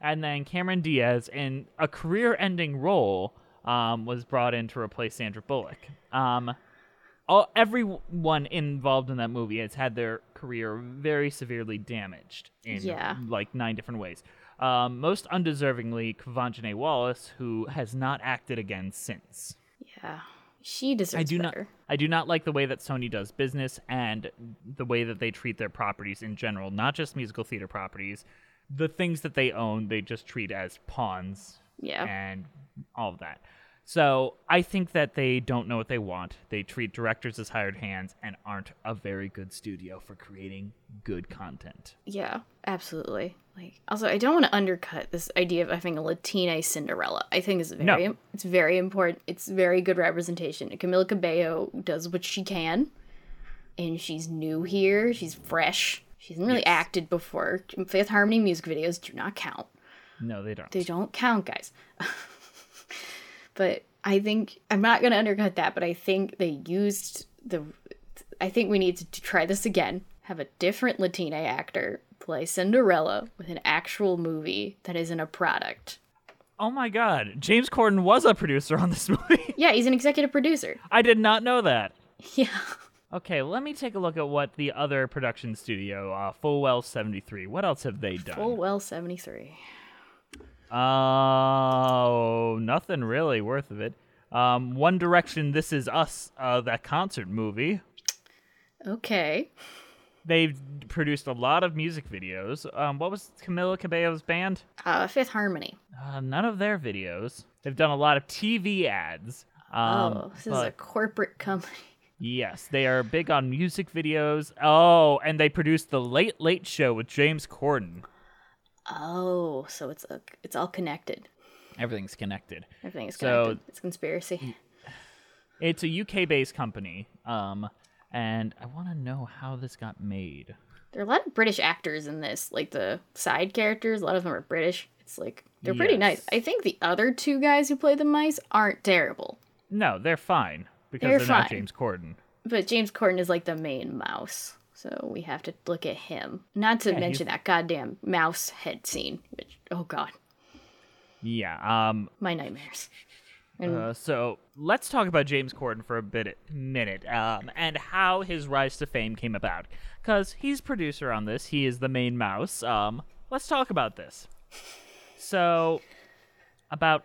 Speaker 7: then Cameron Diaz, in a career ending role, um, was brought in to replace Sandra Bullock. Um, all, everyone involved in that movie has had their career very severely damaged in
Speaker 3: Yeah.
Speaker 7: like nine different ways. Um, most undeservingly, Kavanjane Wallace, who has not acted again since.
Speaker 3: yeah, she deserves
Speaker 7: I do
Speaker 3: better.
Speaker 7: not. I do not like the way that Sony does business and the way that they treat their properties in general, not just musical theater properties. The things that they own, they just treat as pawns
Speaker 3: Yeah.
Speaker 7: and all of that. So I think that they don't know what they want. They treat directors as hired hands and aren't a very good studio for creating good content.
Speaker 3: Yeah, absolutely. Like, also, I don't want to undercut this idea of having a Latina Cinderella. I think is very,
Speaker 7: No.
Speaker 3: it's very important. It's very good representation. Camila Cabello does what she can, and she's new here. She's fresh. She hasn't really acted before. Fifth Harmony music videos do not count.
Speaker 7: No, they don't.
Speaker 3: They don't count, guys. but I think I'm not going to undercut that, but I think they used the I think we need to try this again. Have a different Latina actor play Cinderella with an actual movie that isn't a product.
Speaker 7: oh my God, James Corden was a producer on this movie.
Speaker 3: Yeah, he's an executive producer.
Speaker 7: I did not know that.
Speaker 3: Yeah.
Speaker 7: Okay, let me take a look at what the other production studio, uh, Full Well 73, what else have they done?
Speaker 3: Full well 73.
Speaker 7: Oh, nothing really worth of it. Um, One Direction, This Is Us, uh, that concert movie.
Speaker 3: Okay.
Speaker 7: They've produced a lot of music videos. Um, what was Camila Cabello's band?
Speaker 3: Uh Fifth Harmony.
Speaker 7: Uh, none of their videos. They've done a lot of TV ads. Um,
Speaker 3: oh, this is a
Speaker 7: but-
Speaker 3: corporate company.
Speaker 7: Yes, they are big on music videos. Oh, and they produced The Late Late Show with James Corden.
Speaker 3: Oh, so it's a, it's all connected.
Speaker 7: Everything's connected.
Speaker 3: Everything is
Speaker 7: So-
Speaker 3: connected. it's a conspiracy.
Speaker 7: It's a UK based company. Um, and I want to know how this got made.
Speaker 3: There are a lot of British actors in this, like the side characters. A lot of them are British. It's like they're pretty nice.
Speaker 7: Yes.
Speaker 3: I think the other two guys who play the mice aren't terrible,
Speaker 7: No, they're fine because they're,
Speaker 3: They're
Speaker 7: not
Speaker 3: fine.
Speaker 7: James Corden.
Speaker 3: but James Corden is like the main mouse, so we have to look at him. Not to mention that goddamn mouse head scene, which oh god,
Speaker 7: Yeah. Um.
Speaker 3: my nightmares. And
Speaker 7: uh, so let's talk about James Corden for a bit minute. Um. And how his rise to fame came about, because he's producer on this. He is the main mouse. Um. Let's talk about this. So, about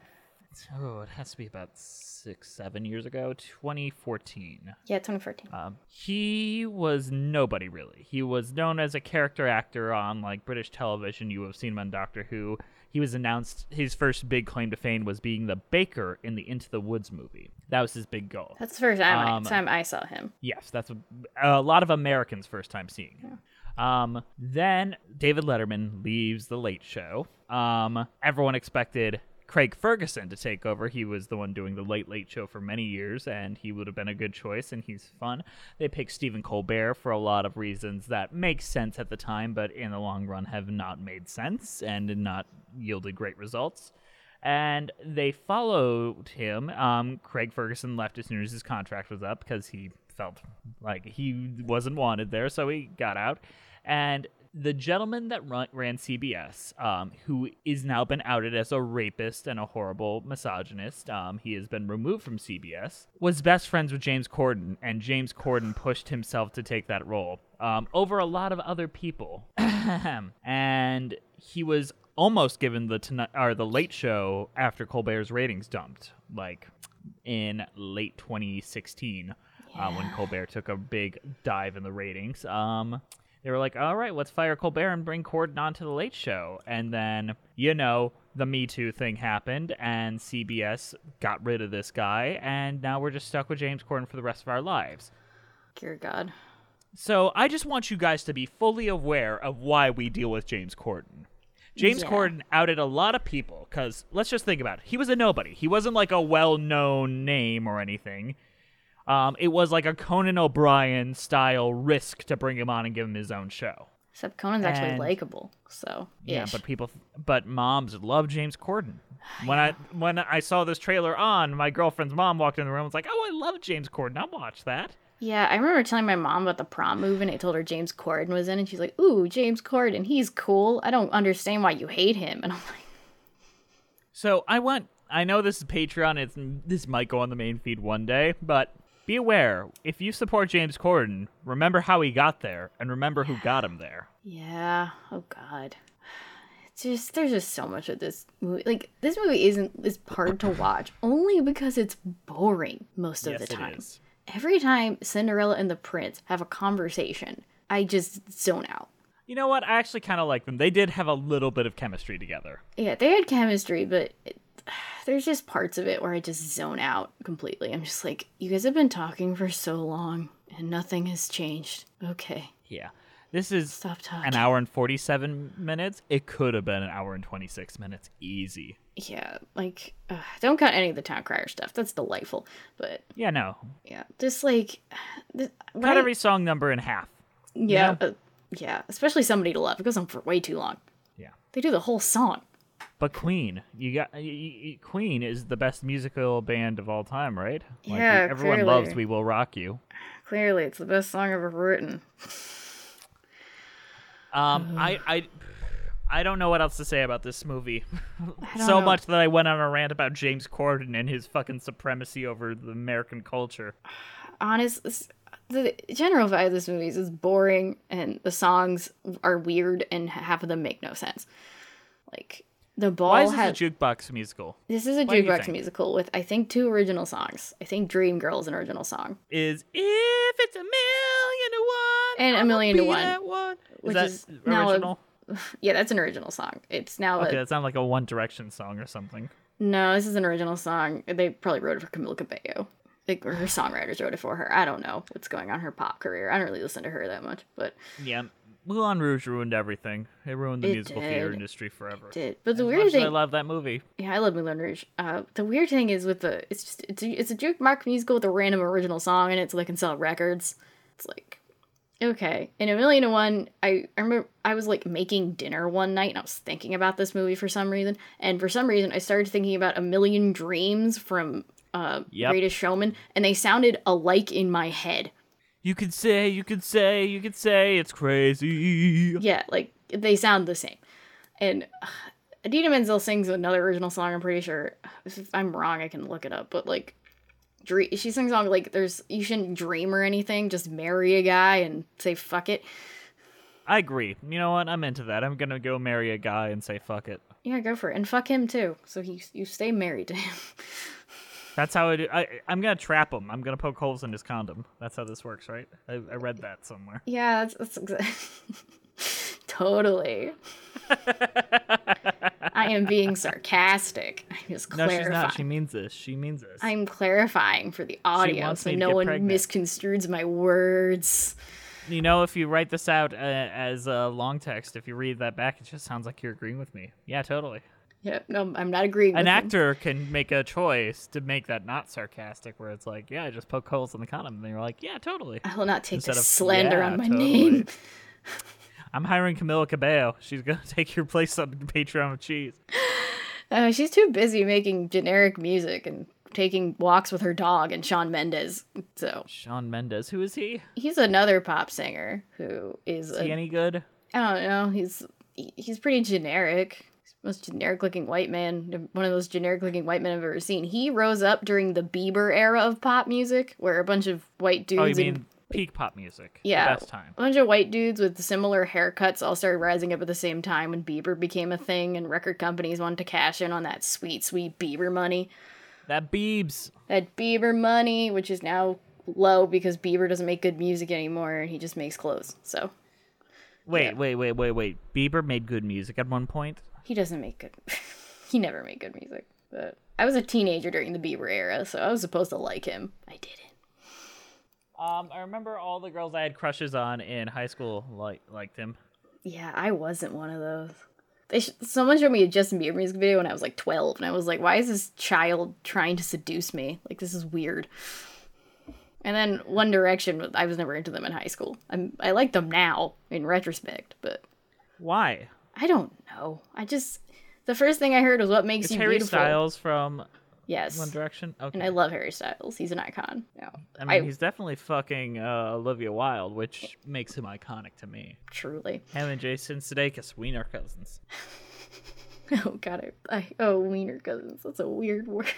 Speaker 7: oh, it has to be about six, seven years ago, 2014.
Speaker 3: yeah, 2014.
Speaker 7: Um, he was nobody really. He was known as a character actor on like British television. You have seen him on Doctor Who. He was announced his first big claim to fame was being the baker in the Into the Woods movie. That was his big goal.
Speaker 3: That's the first time,
Speaker 7: um,
Speaker 3: I, time I saw him.
Speaker 7: yes, that's what a lot of Americans' first time seeing him. Um, then David Letterman leaves The Late Show. Um, everyone expected Craig Ferguson to take over. He was the one doing The Late Late Show for many years, and he would have been a good choice, and he's fun. They picked Stephen Colbert for a lot of reasons that make sense at the time, but in the long run have not made sense and did not yielded great results and they followed him. Um, Craig Ferguson left as soon as his contract was up because he felt like he wasn't wanted there, so he got out. And the gentleman that run, ran CBS, um, who is now been outed as a rapist and a horrible misogynist, um, he has been removed from CBS, was best friends with James Corden, and James Corden pushed himself to take that role um, over a lot of other people. and he was almost given the tonight or the late show after Colbert's ratings dumped, like in late 2016, uh, when Colbert took a big dive in the ratings. Um, they were like, "All right, let's fire Colbert and bring Corden onto the late show," and then you know the Me Too thing happened, and CBS got rid of this guy, and now we're just stuck with James Corden for the rest of our lives.
Speaker 3: Dear God.
Speaker 7: So I just want you guys to be fully aware of why we deal with James Corden. James
Speaker 3: Yeah.
Speaker 7: Corden outed a lot of people because let's just think about it. He was a nobody. He wasn't like a well-known name or anything. Um, it was like a Conan O'Brien style risk to bring him on and give him his own show.
Speaker 3: Except Conan's actually
Speaker 7: And-
Speaker 3: likable, so
Speaker 7: Yeah,
Speaker 3: ish.
Speaker 7: but people, but moms love James Corden. When I when I saw this trailer on, my girlfriend's mom walked in the room and was like, "Oh, I love James Corden. I'll watch that."
Speaker 3: Yeah, I remember telling my mom about the prom move, and I told her James Corden was in, and she's like, "Ooh, James Corden, he's cool. I don't understand why you hate him." And I'm like,
Speaker 7: So I want. I know this is Patreon. It's this might go on the main feed one day, but be aware if you support James Corden, remember how he got there and remember who got him there.
Speaker 3: "Yeah, oh God." It's just there's just so much of this movie. Like this movie isn't is hard to watch only because it's boring most of
Speaker 7: yes,
Speaker 3: the time.
Speaker 7: it is.
Speaker 3: Every time Cinderella and the Prince have a conversation, I just zone out.
Speaker 7: You know what? I actually kind of like them. They did have a little bit of chemistry together.
Speaker 3: Yeah, they had chemistry, but it, there's just parts of it where I just zone out completely. I'm just like, you guys have been talking for so long and nothing has changed. Okay,
Speaker 7: Yeah. This is
Speaker 3: stop talking.
Speaker 7: an hour and 47 minutes. It could have been an hour and 26 minutes easy.
Speaker 3: Yeah, like, ugh, don't cut any of the town crier stuff. That's delightful. But
Speaker 7: Yeah, no.
Speaker 3: yeah, just like, th-
Speaker 7: Cut
Speaker 3: right-
Speaker 7: every song number in half.
Speaker 3: yeah, uh, yeah, especially somebody to love. It goes on for way too long.
Speaker 7: Yeah.
Speaker 3: They do the whole song.
Speaker 7: But Queen, you got y- y- y- Queen is the best musical band of all time, right? Like,
Speaker 3: Yeah,
Speaker 7: everyone
Speaker 3: clearly.
Speaker 7: loves "We Will Rock You."
Speaker 3: Clearly, it's the best song ever written. Mm-hmm.
Speaker 7: Um, I, I, I don't know what else to say about this movie.
Speaker 3: don't
Speaker 7: so
Speaker 3: know.
Speaker 7: much that I went on a rant about James Corden and his fucking supremacy over the American culture.
Speaker 3: honest s- the general vibe of this movie is it's boring and the songs are weird and half of them make no sense like the ball
Speaker 7: Why is this
Speaker 3: had
Speaker 7: a jukebox musical?
Speaker 3: this is a
Speaker 7: Why do you
Speaker 3: jukebox
Speaker 7: think?
Speaker 3: musical with i think two original songs i think dream girl is an original song
Speaker 7: Is if it's a million to one
Speaker 3: And a
Speaker 7: I'ma
Speaker 3: million to
Speaker 7: be
Speaker 3: one,
Speaker 7: that one.
Speaker 3: which
Speaker 7: Is
Speaker 3: is
Speaker 7: that
Speaker 3: now a-
Speaker 7: original?
Speaker 3: yeah that's an original song it's now
Speaker 7: okay,
Speaker 3: a,
Speaker 7: that sounds like a One Direction song or something.
Speaker 3: no this is an original song they probably wrote it for camila cabello like or her songwriters wrote it for her i don't know what's going on in her pop career i don't really listen to her that much but
Speaker 7: Yeah, Moulin Rouge ruined everything. It ruined the
Speaker 3: It
Speaker 7: musical theater
Speaker 3: did.
Speaker 7: industry forever.
Speaker 3: did but the
Speaker 7: As
Speaker 3: weird
Speaker 7: much as
Speaker 3: thing
Speaker 7: I love that movie.
Speaker 3: Yeah, I love Moulin Rouge. Uh, the weird thing is with the it's just it's a, it's a jukebox musical with a random original song in it, so they can sell records. It's like okay. In a million and one, I I remember I was like making dinner one night and I was thinking about this movie for some reason, and for some reason I started thinking about a million dreams from uh,
Speaker 7: Yep.
Speaker 3: Greatest Showman, and they sounded alike in my head.
Speaker 7: You could say, you could say, you could say it's crazy.
Speaker 3: Yeah, like they sound the same. And uh, Adina Menzel sings another original song. I'm pretty sure. If I'm wrong, I can look it up. But like, dream, she sings on like there's you shouldn't dream or anything. Just marry a guy and say fuck it.
Speaker 7: I agree. You know what? I'm into that. I'm gonna go marry a guy and say fuck it.
Speaker 3: Yeah, go for it and fuck him too. So he you stay married to him.
Speaker 7: That's how I do. I, I'm gonna trap him. I'm gonna poke holes in his condom. That's how this works, right? I, I read that somewhere.
Speaker 3: yeah, that's that's exa- totally. I am being sarcastic. I'm just
Speaker 7: No,
Speaker 3: clarifying.
Speaker 7: she's not. She means this. She means this.
Speaker 3: I'm clarifying for the audio
Speaker 7: wants
Speaker 3: so
Speaker 7: me to
Speaker 3: no
Speaker 7: get
Speaker 3: one
Speaker 7: pregnant.
Speaker 3: misconstrues my words.
Speaker 7: you know, if you write this out uh, as a long text, if you read that back, it just sounds like you're agreeing with me. Yeah, totally.
Speaker 3: Yeah, no, I'm not agreeing.
Speaker 7: An
Speaker 3: with him.
Speaker 7: actor can make a choice to make that not sarcastic, where it's like, yeah, I just poke holes in the condom, and you're like, yeah, totally.
Speaker 3: I will not take
Speaker 7: Instead
Speaker 3: this
Speaker 7: of,
Speaker 3: slander
Speaker 7: "Yeah,
Speaker 3: on my
Speaker 7: totally."
Speaker 3: name.
Speaker 7: I'm hiring Camila Cabello. She's gonna take your place on Patreon with cheese.
Speaker 3: Uh, she's too busy making generic music and taking walks with her dog and Sean Mendes. So
Speaker 7: Sean Mendes, who is he?
Speaker 3: he's another pop singer who is
Speaker 7: Is he
Speaker 3: a,
Speaker 7: any good?
Speaker 3: I don't know. He's he- he's pretty generic. He's the Most generic looking white man, one of those generic looking white men I've ever seen. He rose up during the Bieber era of pop music, where a bunch of white dudes
Speaker 7: Oh, you
Speaker 3: in-
Speaker 7: mean peak pop music? The
Speaker 3: yeah,
Speaker 7: best time.
Speaker 3: a bunch of white dudes with similar haircuts all started rising up at the same time when Bieber became a thing, and record companies wanted to cash in on that sweet, sweet Bieber money.
Speaker 7: That Biebs.
Speaker 3: that Bieber money, which is now low because Bieber doesn't make good music anymore and he just makes clothes. So
Speaker 7: Wait, wait, wait, wait, wait. Bieber made good music at one point.
Speaker 3: he doesn't make good. he never made good music. But I was a teenager during the Bieber era, so I was supposed to like him. I didn't.
Speaker 7: Um, I remember all the girls I had crushes on in high school like liked him.
Speaker 3: Yeah, I wasn't one of those. They sh- someone showed me a Justin Bieber music video when I was like 12, and I was like, why is this child trying to seduce me? Like, this is weird. And then One Direction, I was never into them in high school. I'm, I like them now in retrospect, but
Speaker 7: Why?
Speaker 3: I don't know. I just the first thing I heard was what makes
Speaker 7: It's
Speaker 3: you
Speaker 7: Harry
Speaker 3: beautiful.
Speaker 7: Styles from
Speaker 3: Yes.
Speaker 7: One Direction. Okay.
Speaker 3: and I love Harry Styles. He's an icon. No.
Speaker 7: I mean, he's definitely fucking uh, Olivia Wilde, which makes him iconic to me.
Speaker 3: truly.
Speaker 7: Him and Jason Sudeikis, we are cousins.
Speaker 3: Oh god, I, I oh wiener cousins. That's a weird word.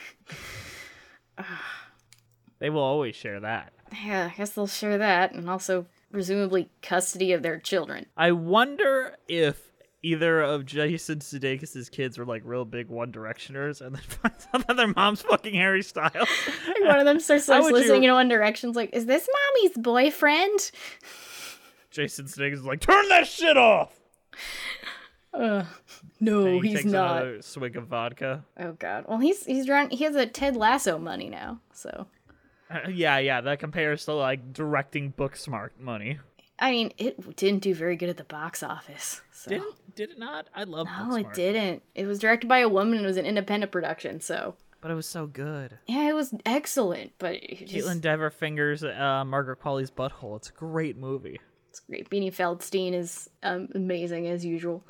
Speaker 7: They will always share that.
Speaker 3: Yeah, I guess they'll share that and also presumably custody of their children.
Speaker 7: I wonder if either of Jason Sudeikis' kids were like real big One Directioners, and then finds out that their mom's fucking Harry Styles.
Speaker 3: Like one of them starts
Speaker 7: How
Speaker 3: like,
Speaker 7: would
Speaker 3: listening
Speaker 7: you-
Speaker 3: in One Direction's like, is this mommy's boyfriend?
Speaker 7: Jason Sudeikis is like, turn that shit off. And
Speaker 3: No,
Speaker 7: he
Speaker 3: he's
Speaker 7: takes
Speaker 3: not.
Speaker 7: another swig of vodka.
Speaker 3: Oh god. Well he's he's drawn he has a Ted Lasso money now, so
Speaker 7: Uh, yeah, yeah, that compares to like directing Booksmart money.
Speaker 3: I mean, it didn't do very good at the box office. So.
Speaker 7: Did it, did it not? I love
Speaker 3: No, it
Speaker 7: Booksmart,
Speaker 3: didn't. It was directed by a woman and it was an independent production, so
Speaker 7: but it was so good.
Speaker 3: yeah, it was excellent, but it just,
Speaker 7: Caitlin Dever fingers uh, Margaret Qualley's butthole. It's a great movie.
Speaker 3: it's great. Beanie Feldstein is um, amazing as usual.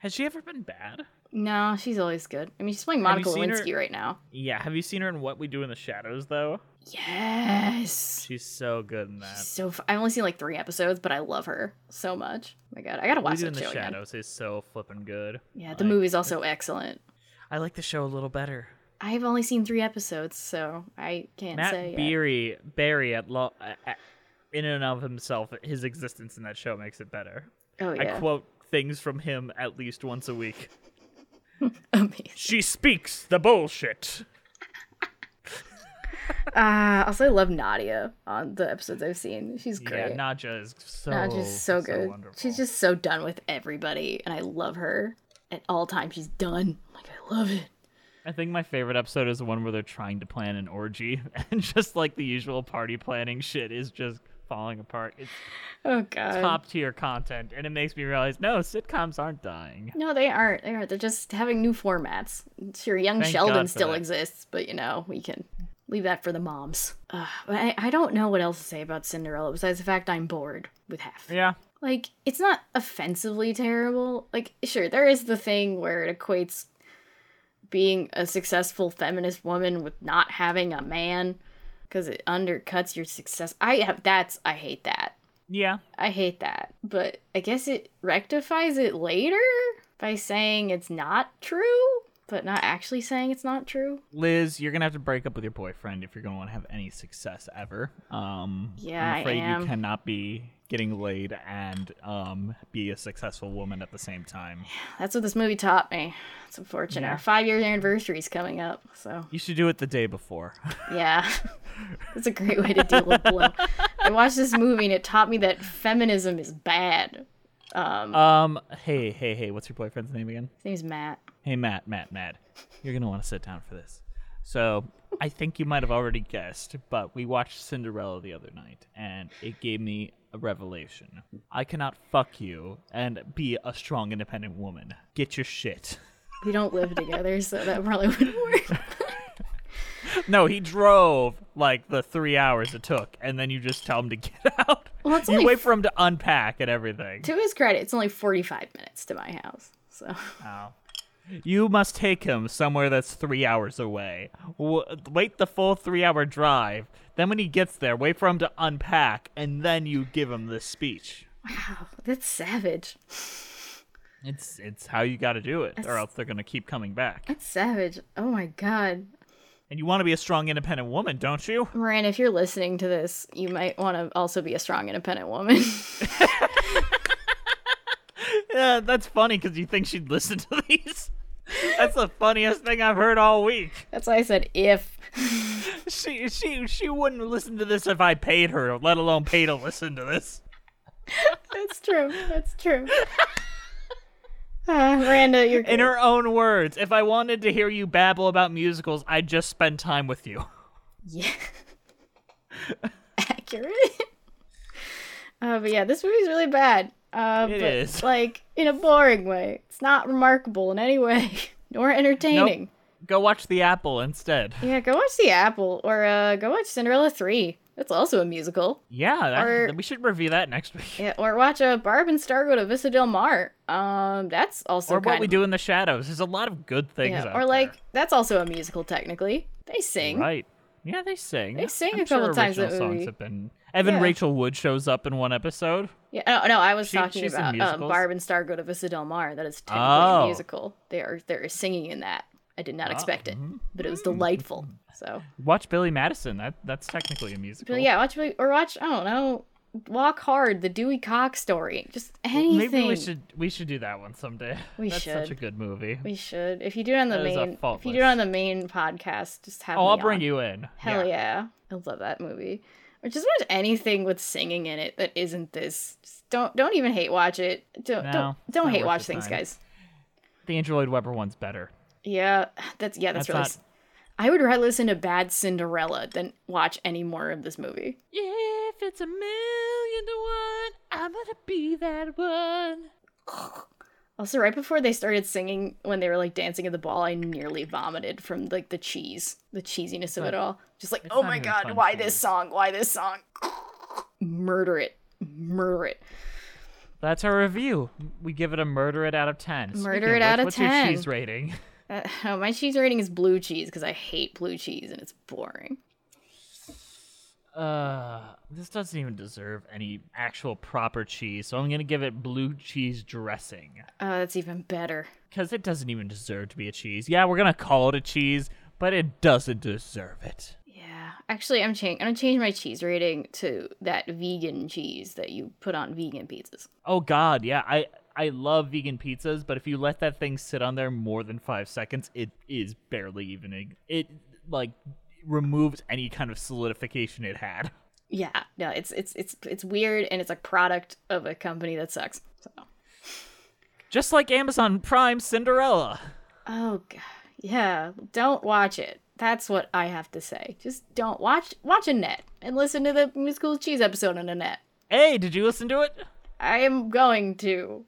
Speaker 7: Has she ever been bad?
Speaker 3: No, she's always good. I mean, she's playing Monica
Speaker 7: seen her-
Speaker 3: Lewinsky right now.
Speaker 7: Yeah. Have you seen her in What We Do in the Shadows though?
Speaker 3: Yes.
Speaker 7: She's so good in that.
Speaker 3: So f- I've only seen like three episodes, but I love her so much. Oh my god, I gotta
Speaker 7: What
Speaker 3: watch
Speaker 7: We Do
Speaker 3: that
Speaker 7: in the
Speaker 3: show again.
Speaker 7: Shadows is so flippin' good.
Speaker 3: Yeah, the
Speaker 7: Like,
Speaker 3: movie's also excellent.
Speaker 7: I like the show a little better.
Speaker 3: I've only seen three episodes, so I can't say.
Speaker 7: Matt
Speaker 3: yet.
Speaker 7: Beery, Barry at lo- uh, uh, in and of himself, his existence in that show makes it better.
Speaker 3: Oh yeah,
Speaker 7: I quote things from him at least once a week.
Speaker 3: amazing.
Speaker 7: She speaks the bullshit.
Speaker 3: Uh, also, I love Nadia on the episodes I've seen. She's great.
Speaker 7: Yeah, Nadja is so
Speaker 3: Nah, just so good.
Speaker 7: wonderful.
Speaker 3: she's just so done with everybody, and I love her at all times. She's done. Like I love it.
Speaker 7: I think my favorite episode is the one where they're trying to plan an orgy, and just like the usual party planning shit is just falling apart. It's
Speaker 3: Oh god.
Speaker 7: top tier content, and it makes me realize no, sitcoms aren't dying.
Speaker 3: No, they aren't. They aren't. They're just having new formats. Sure, Young
Speaker 7: Thank
Speaker 3: Sheldon
Speaker 7: God for
Speaker 3: still
Speaker 7: that.
Speaker 3: exists, but you know we can leave that for the moms. Uh, but I, I don't know what else to say about Cinderella besides the fact I'm bored with half.
Speaker 7: Yeah,
Speaker 3: Like, it's not offensively terrible. Like, sure, there is the thing where it equates being a successful feminist woman with not having a man because it undercuts your success. I have that's I hate that.
Speaker 7: yeah.
Speaker 3: I hate that. But I guess it rectifies it later by saying it's not true, but not actually saying it's not true.
Speaker 7: Liz, you're gonna have to break up with your boyfriend if you're gonna want to have any success ever. Um,
Speaker 3: Yeah, I
Speaker 7: I'm afraid
Speaker 3: am.
Speaker 7: you cannot be getting laid and um be a successful woman at the same time.
Speaker 3: That's what this movie taught me. It's unfortunate. Our five year anniversary is coming up, so
Speaker 7: You should do it the day before.
Speaker 3: Yeah. That's a great way to deal with blow. I watched this movie and it taught me that feminism is bad.
Speaker 7: um, hey, hey, hey, what's your boyfriend's name again?
Speaker 3: His name's Matt.
Speaker 7: Hey, Matt, Matt, Matt. You're gonna want to sit down for this. So I think you might have already guessed, but we watched Cinderella the other night, and it gave me a revelation. I cannot fuck you and be a strong, independent woman. Get your shit.
Speaker 3: We don't live together, so that probably wouldn't work.
Speaker 7: No, he drove like the three hours it took, and then you just tell him to get out.
Speaker 3: Well, it's
Speaker 7: you
Speaker 3: only
Speaker 7: wait
Speaker 3: f-
Speaker 7: for him to unpack and everything.
Speaker 3: to his credit, it's only 45 minutes to my house. So
Speaker 7: You must take him somewhere that's three hours away. W- wait the full three hour drive. Then, when he gets there, wait for him to unpack, and then you give him this speech.
Speaker 3: wow, that's savage.
Speaker 7: It's it's how you got to do it, or else they're gonna keep coming back.
Speaker 3: That's savage. Oh my god.
Speaker 7: And you want to be a strong, independent woman, don't you?
Speaker 3: Miranda, if you're listening to this, you might want to also be a strong, independent woman.
Speaker 7: Yeah, that's funny because you think she'd listen to these. That's the funniest thing I've heard all week.
Speaker 3: That's why I said if.
Speaker 7: She she she wouldn't listen to this if I paid her, let alone pay to listen to this.
Speaker 3: That's true. That's true. Uh, Miranda, you're
Speaker 7: In her own words, if I wanted to hear you babble about musicals, I'd just spend time with you.
Speaker 3: Yeah. Accurate. uh, but yeah, this movie's really bad. Uh,
Speaker 7: It
Speaker 3: but,
Speaker 7: is.
Speaker 3: Like, in a boring way. It's not remarkable in any way, nor entertaining.
Speaker 7: Go watch The Apple instead.
Speaker 3: Yeah, go watch The Apple or uh, go watch Cinderella 3. That's also a musical.
Speaker 7: Yeah, that,
Speaker 3: Or-
Speaker 7: we should review that next week.
Speaker 3: Yeah, or watch a uh, Barb and Star go to Vista Del Mar. Um, that's also
Speaker 7: or
Speaker 3: kind
Speaker 7: what we
Speaker 3: of,
Speaker 7: do in the shadows. There's a lot of good things.
Speaker 3: Yeah,
Speaker 7: out
Speaker 3: or
Speaker 7: there.
Speaker 3: like that's also a musical technically. They sing.
Speaker 7: Right. Yeah, they sing.
Speaker 3: They sing
Speaker 7: I'm
Speaker 3: a couple
Speaker 7: sure
Speaker 3: times in
Speaker 7: Original
Speaker 3: that
Speaker 7: songs
Speaker 3: movie.
Speaker 7: have been. Evan
Speaker 3: Yeah.
Speaker 7: Rachel Wood shows up in one episode.
Speaker 3: Yeah, no, no I was
Speaker 7: She-
Speaker 3: talking
Speaker 7: she's in
Speaker 3: about um,
Speaker 7: musicals?
Speaker 3: Barb and Star go to Vista Del Mar. That is technically
Speaker 7: Oh.
Speaker 3: a musical. They are there is singing in that. I did not expect it,
Speaker 7: Ah,
Speaker 3: but it was
Speaker 7: mm-hmm.
Speaker 3: delightful. So,
Speaker 7: Watch Billy Madison. That that's technically a musical.
Speaker 3: but yeah, watch or watch. I don't know. Walk Hard, the Dewey Cox story, just anything.
Speaker 7: Maybe we should we should do that one someday.
Speaker 3: We
Speaker 7: that's such a
Speaker 3: should.
Speaker 7: good movie.
Speaker 3: We should. If you do it on the
Speaker 7: That is a
Speaker 3: main, if you do it
Speaker 7: faultless.
Speaker 3: on the main podcast, just have.
Speaker 7: Oh,
Speaker 3: me
Speaker 7: I'll bring
Speaker 3: on.
Speaker 7: you in.
Speaker 3: Hell yeah. I love that movie. Or just watch anything with singing in it that isn't this. Just don't don't even hate watch it. Don't
Speaker 7: No,
Speaker 3: don't
Speaker 7: it's
Speaker 3: don't
Speaker 7: not
Speaker 3: hate
Speaker 7: worth
Speaker 3: watch
Speaker 7: your
Speaker 3: things,
Speaker 7: time.
Speaker 3: guys.
Speaker 7: The Andrew Lloyd Webber one's better.
Speaker 3: Yeah, that's yeah, that's,
Speaker 7: That's
Speaker 3: really.
Speaker 7: not-
Speaker 3: s- I would rather listen to Bad Cinderella than watch any more of this movie.
Speaker 7: If it's a million to one, I'm gonna be that one.
Speaker 3: Also, right before they started singing, when they were like dancing at the ball, I nearly vomited from like the cheese, the cheesiness of it all. Just like, oh
Speaker 7: not
Speaker 3: my
Speaker 7: even
Speaker 3: god,
Speaker 7: fun
Speaker 3: why
Speaker 7: cheese.
Speaker 3: this song? Why this song? Murder it, murder it.
Speaker 7: That's our review. We give it a murder it out of ten.
Speaker 3: Murder
Speaker 7: Speaking of
Speaker 3: it
Speaker 7: which,
Speaker 3: out of
Speaker 7: what's
Speaker 3: 10.
Speaker 7: your cheese rating?
Speaker 3: Uh, oh, my cheese rating is blue cheese because I hate blue cheese and it's boring.
Speaker 7: Uh, this doesn't even deserve any actual proper cheese, so I'm gonna give it blue cheese dressing
Speaker 3: Oh, that's even better.
Speaker 7: because it doesn't even deserve to be a cheese. Yeah, we're gonna call it a cheese, but it doesn't deserve it.
Speaker 3: Yeah, actually, I'm changing. I'm gonna change my cheese rating to that vegan cheese that you put on vegan pizzas.
Speaker 7: Oh God, yeah, I I love vegan pizzas, but if you let that thing sit on there more than five seconds, it is barely even a, it like removes any kind of solidification it had.
Speaker 3: Yeah, Ah, no, it's it's it's it's weird and it's a product of a company that sucks. So,
Speaker 7: Just like Amazon Prime Cinderella.
Speaker 3: oh god, yeah, don't watch it. That's what I have to say. Just don't watch watch Annette and listen to the musical cheese episode on Annette.
Speaker 7: Hey, did you listen to it?
Speaker 3: I am going to.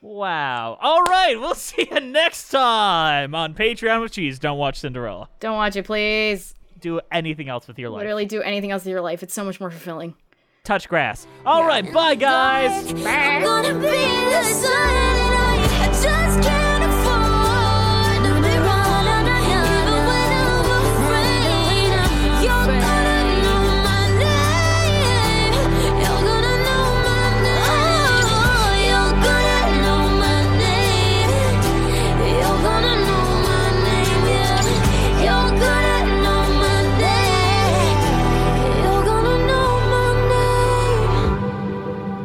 Speaker 7: Wow. All right, we'll see you next time on Patreon with Cheese. Don't watch Cinderella.
Speaker 3: Don't watch it, please.
Speaker 7: Do anything else with your life.
Speaker 3: Literally, do anything else in your life. It's so much more fulfilling.
Speaker 7: Touch grass. All right, bye guys.
Speaker 6: I'm gonna be the sun tonight. I just can't afford to be run underground. Even when I'm afraid, you're gonna know my name. You're gonna know my name. Oh, You're gonna know my name. You're gonna know my name. Yeah. You're gonna know my name. You're gonna know my name.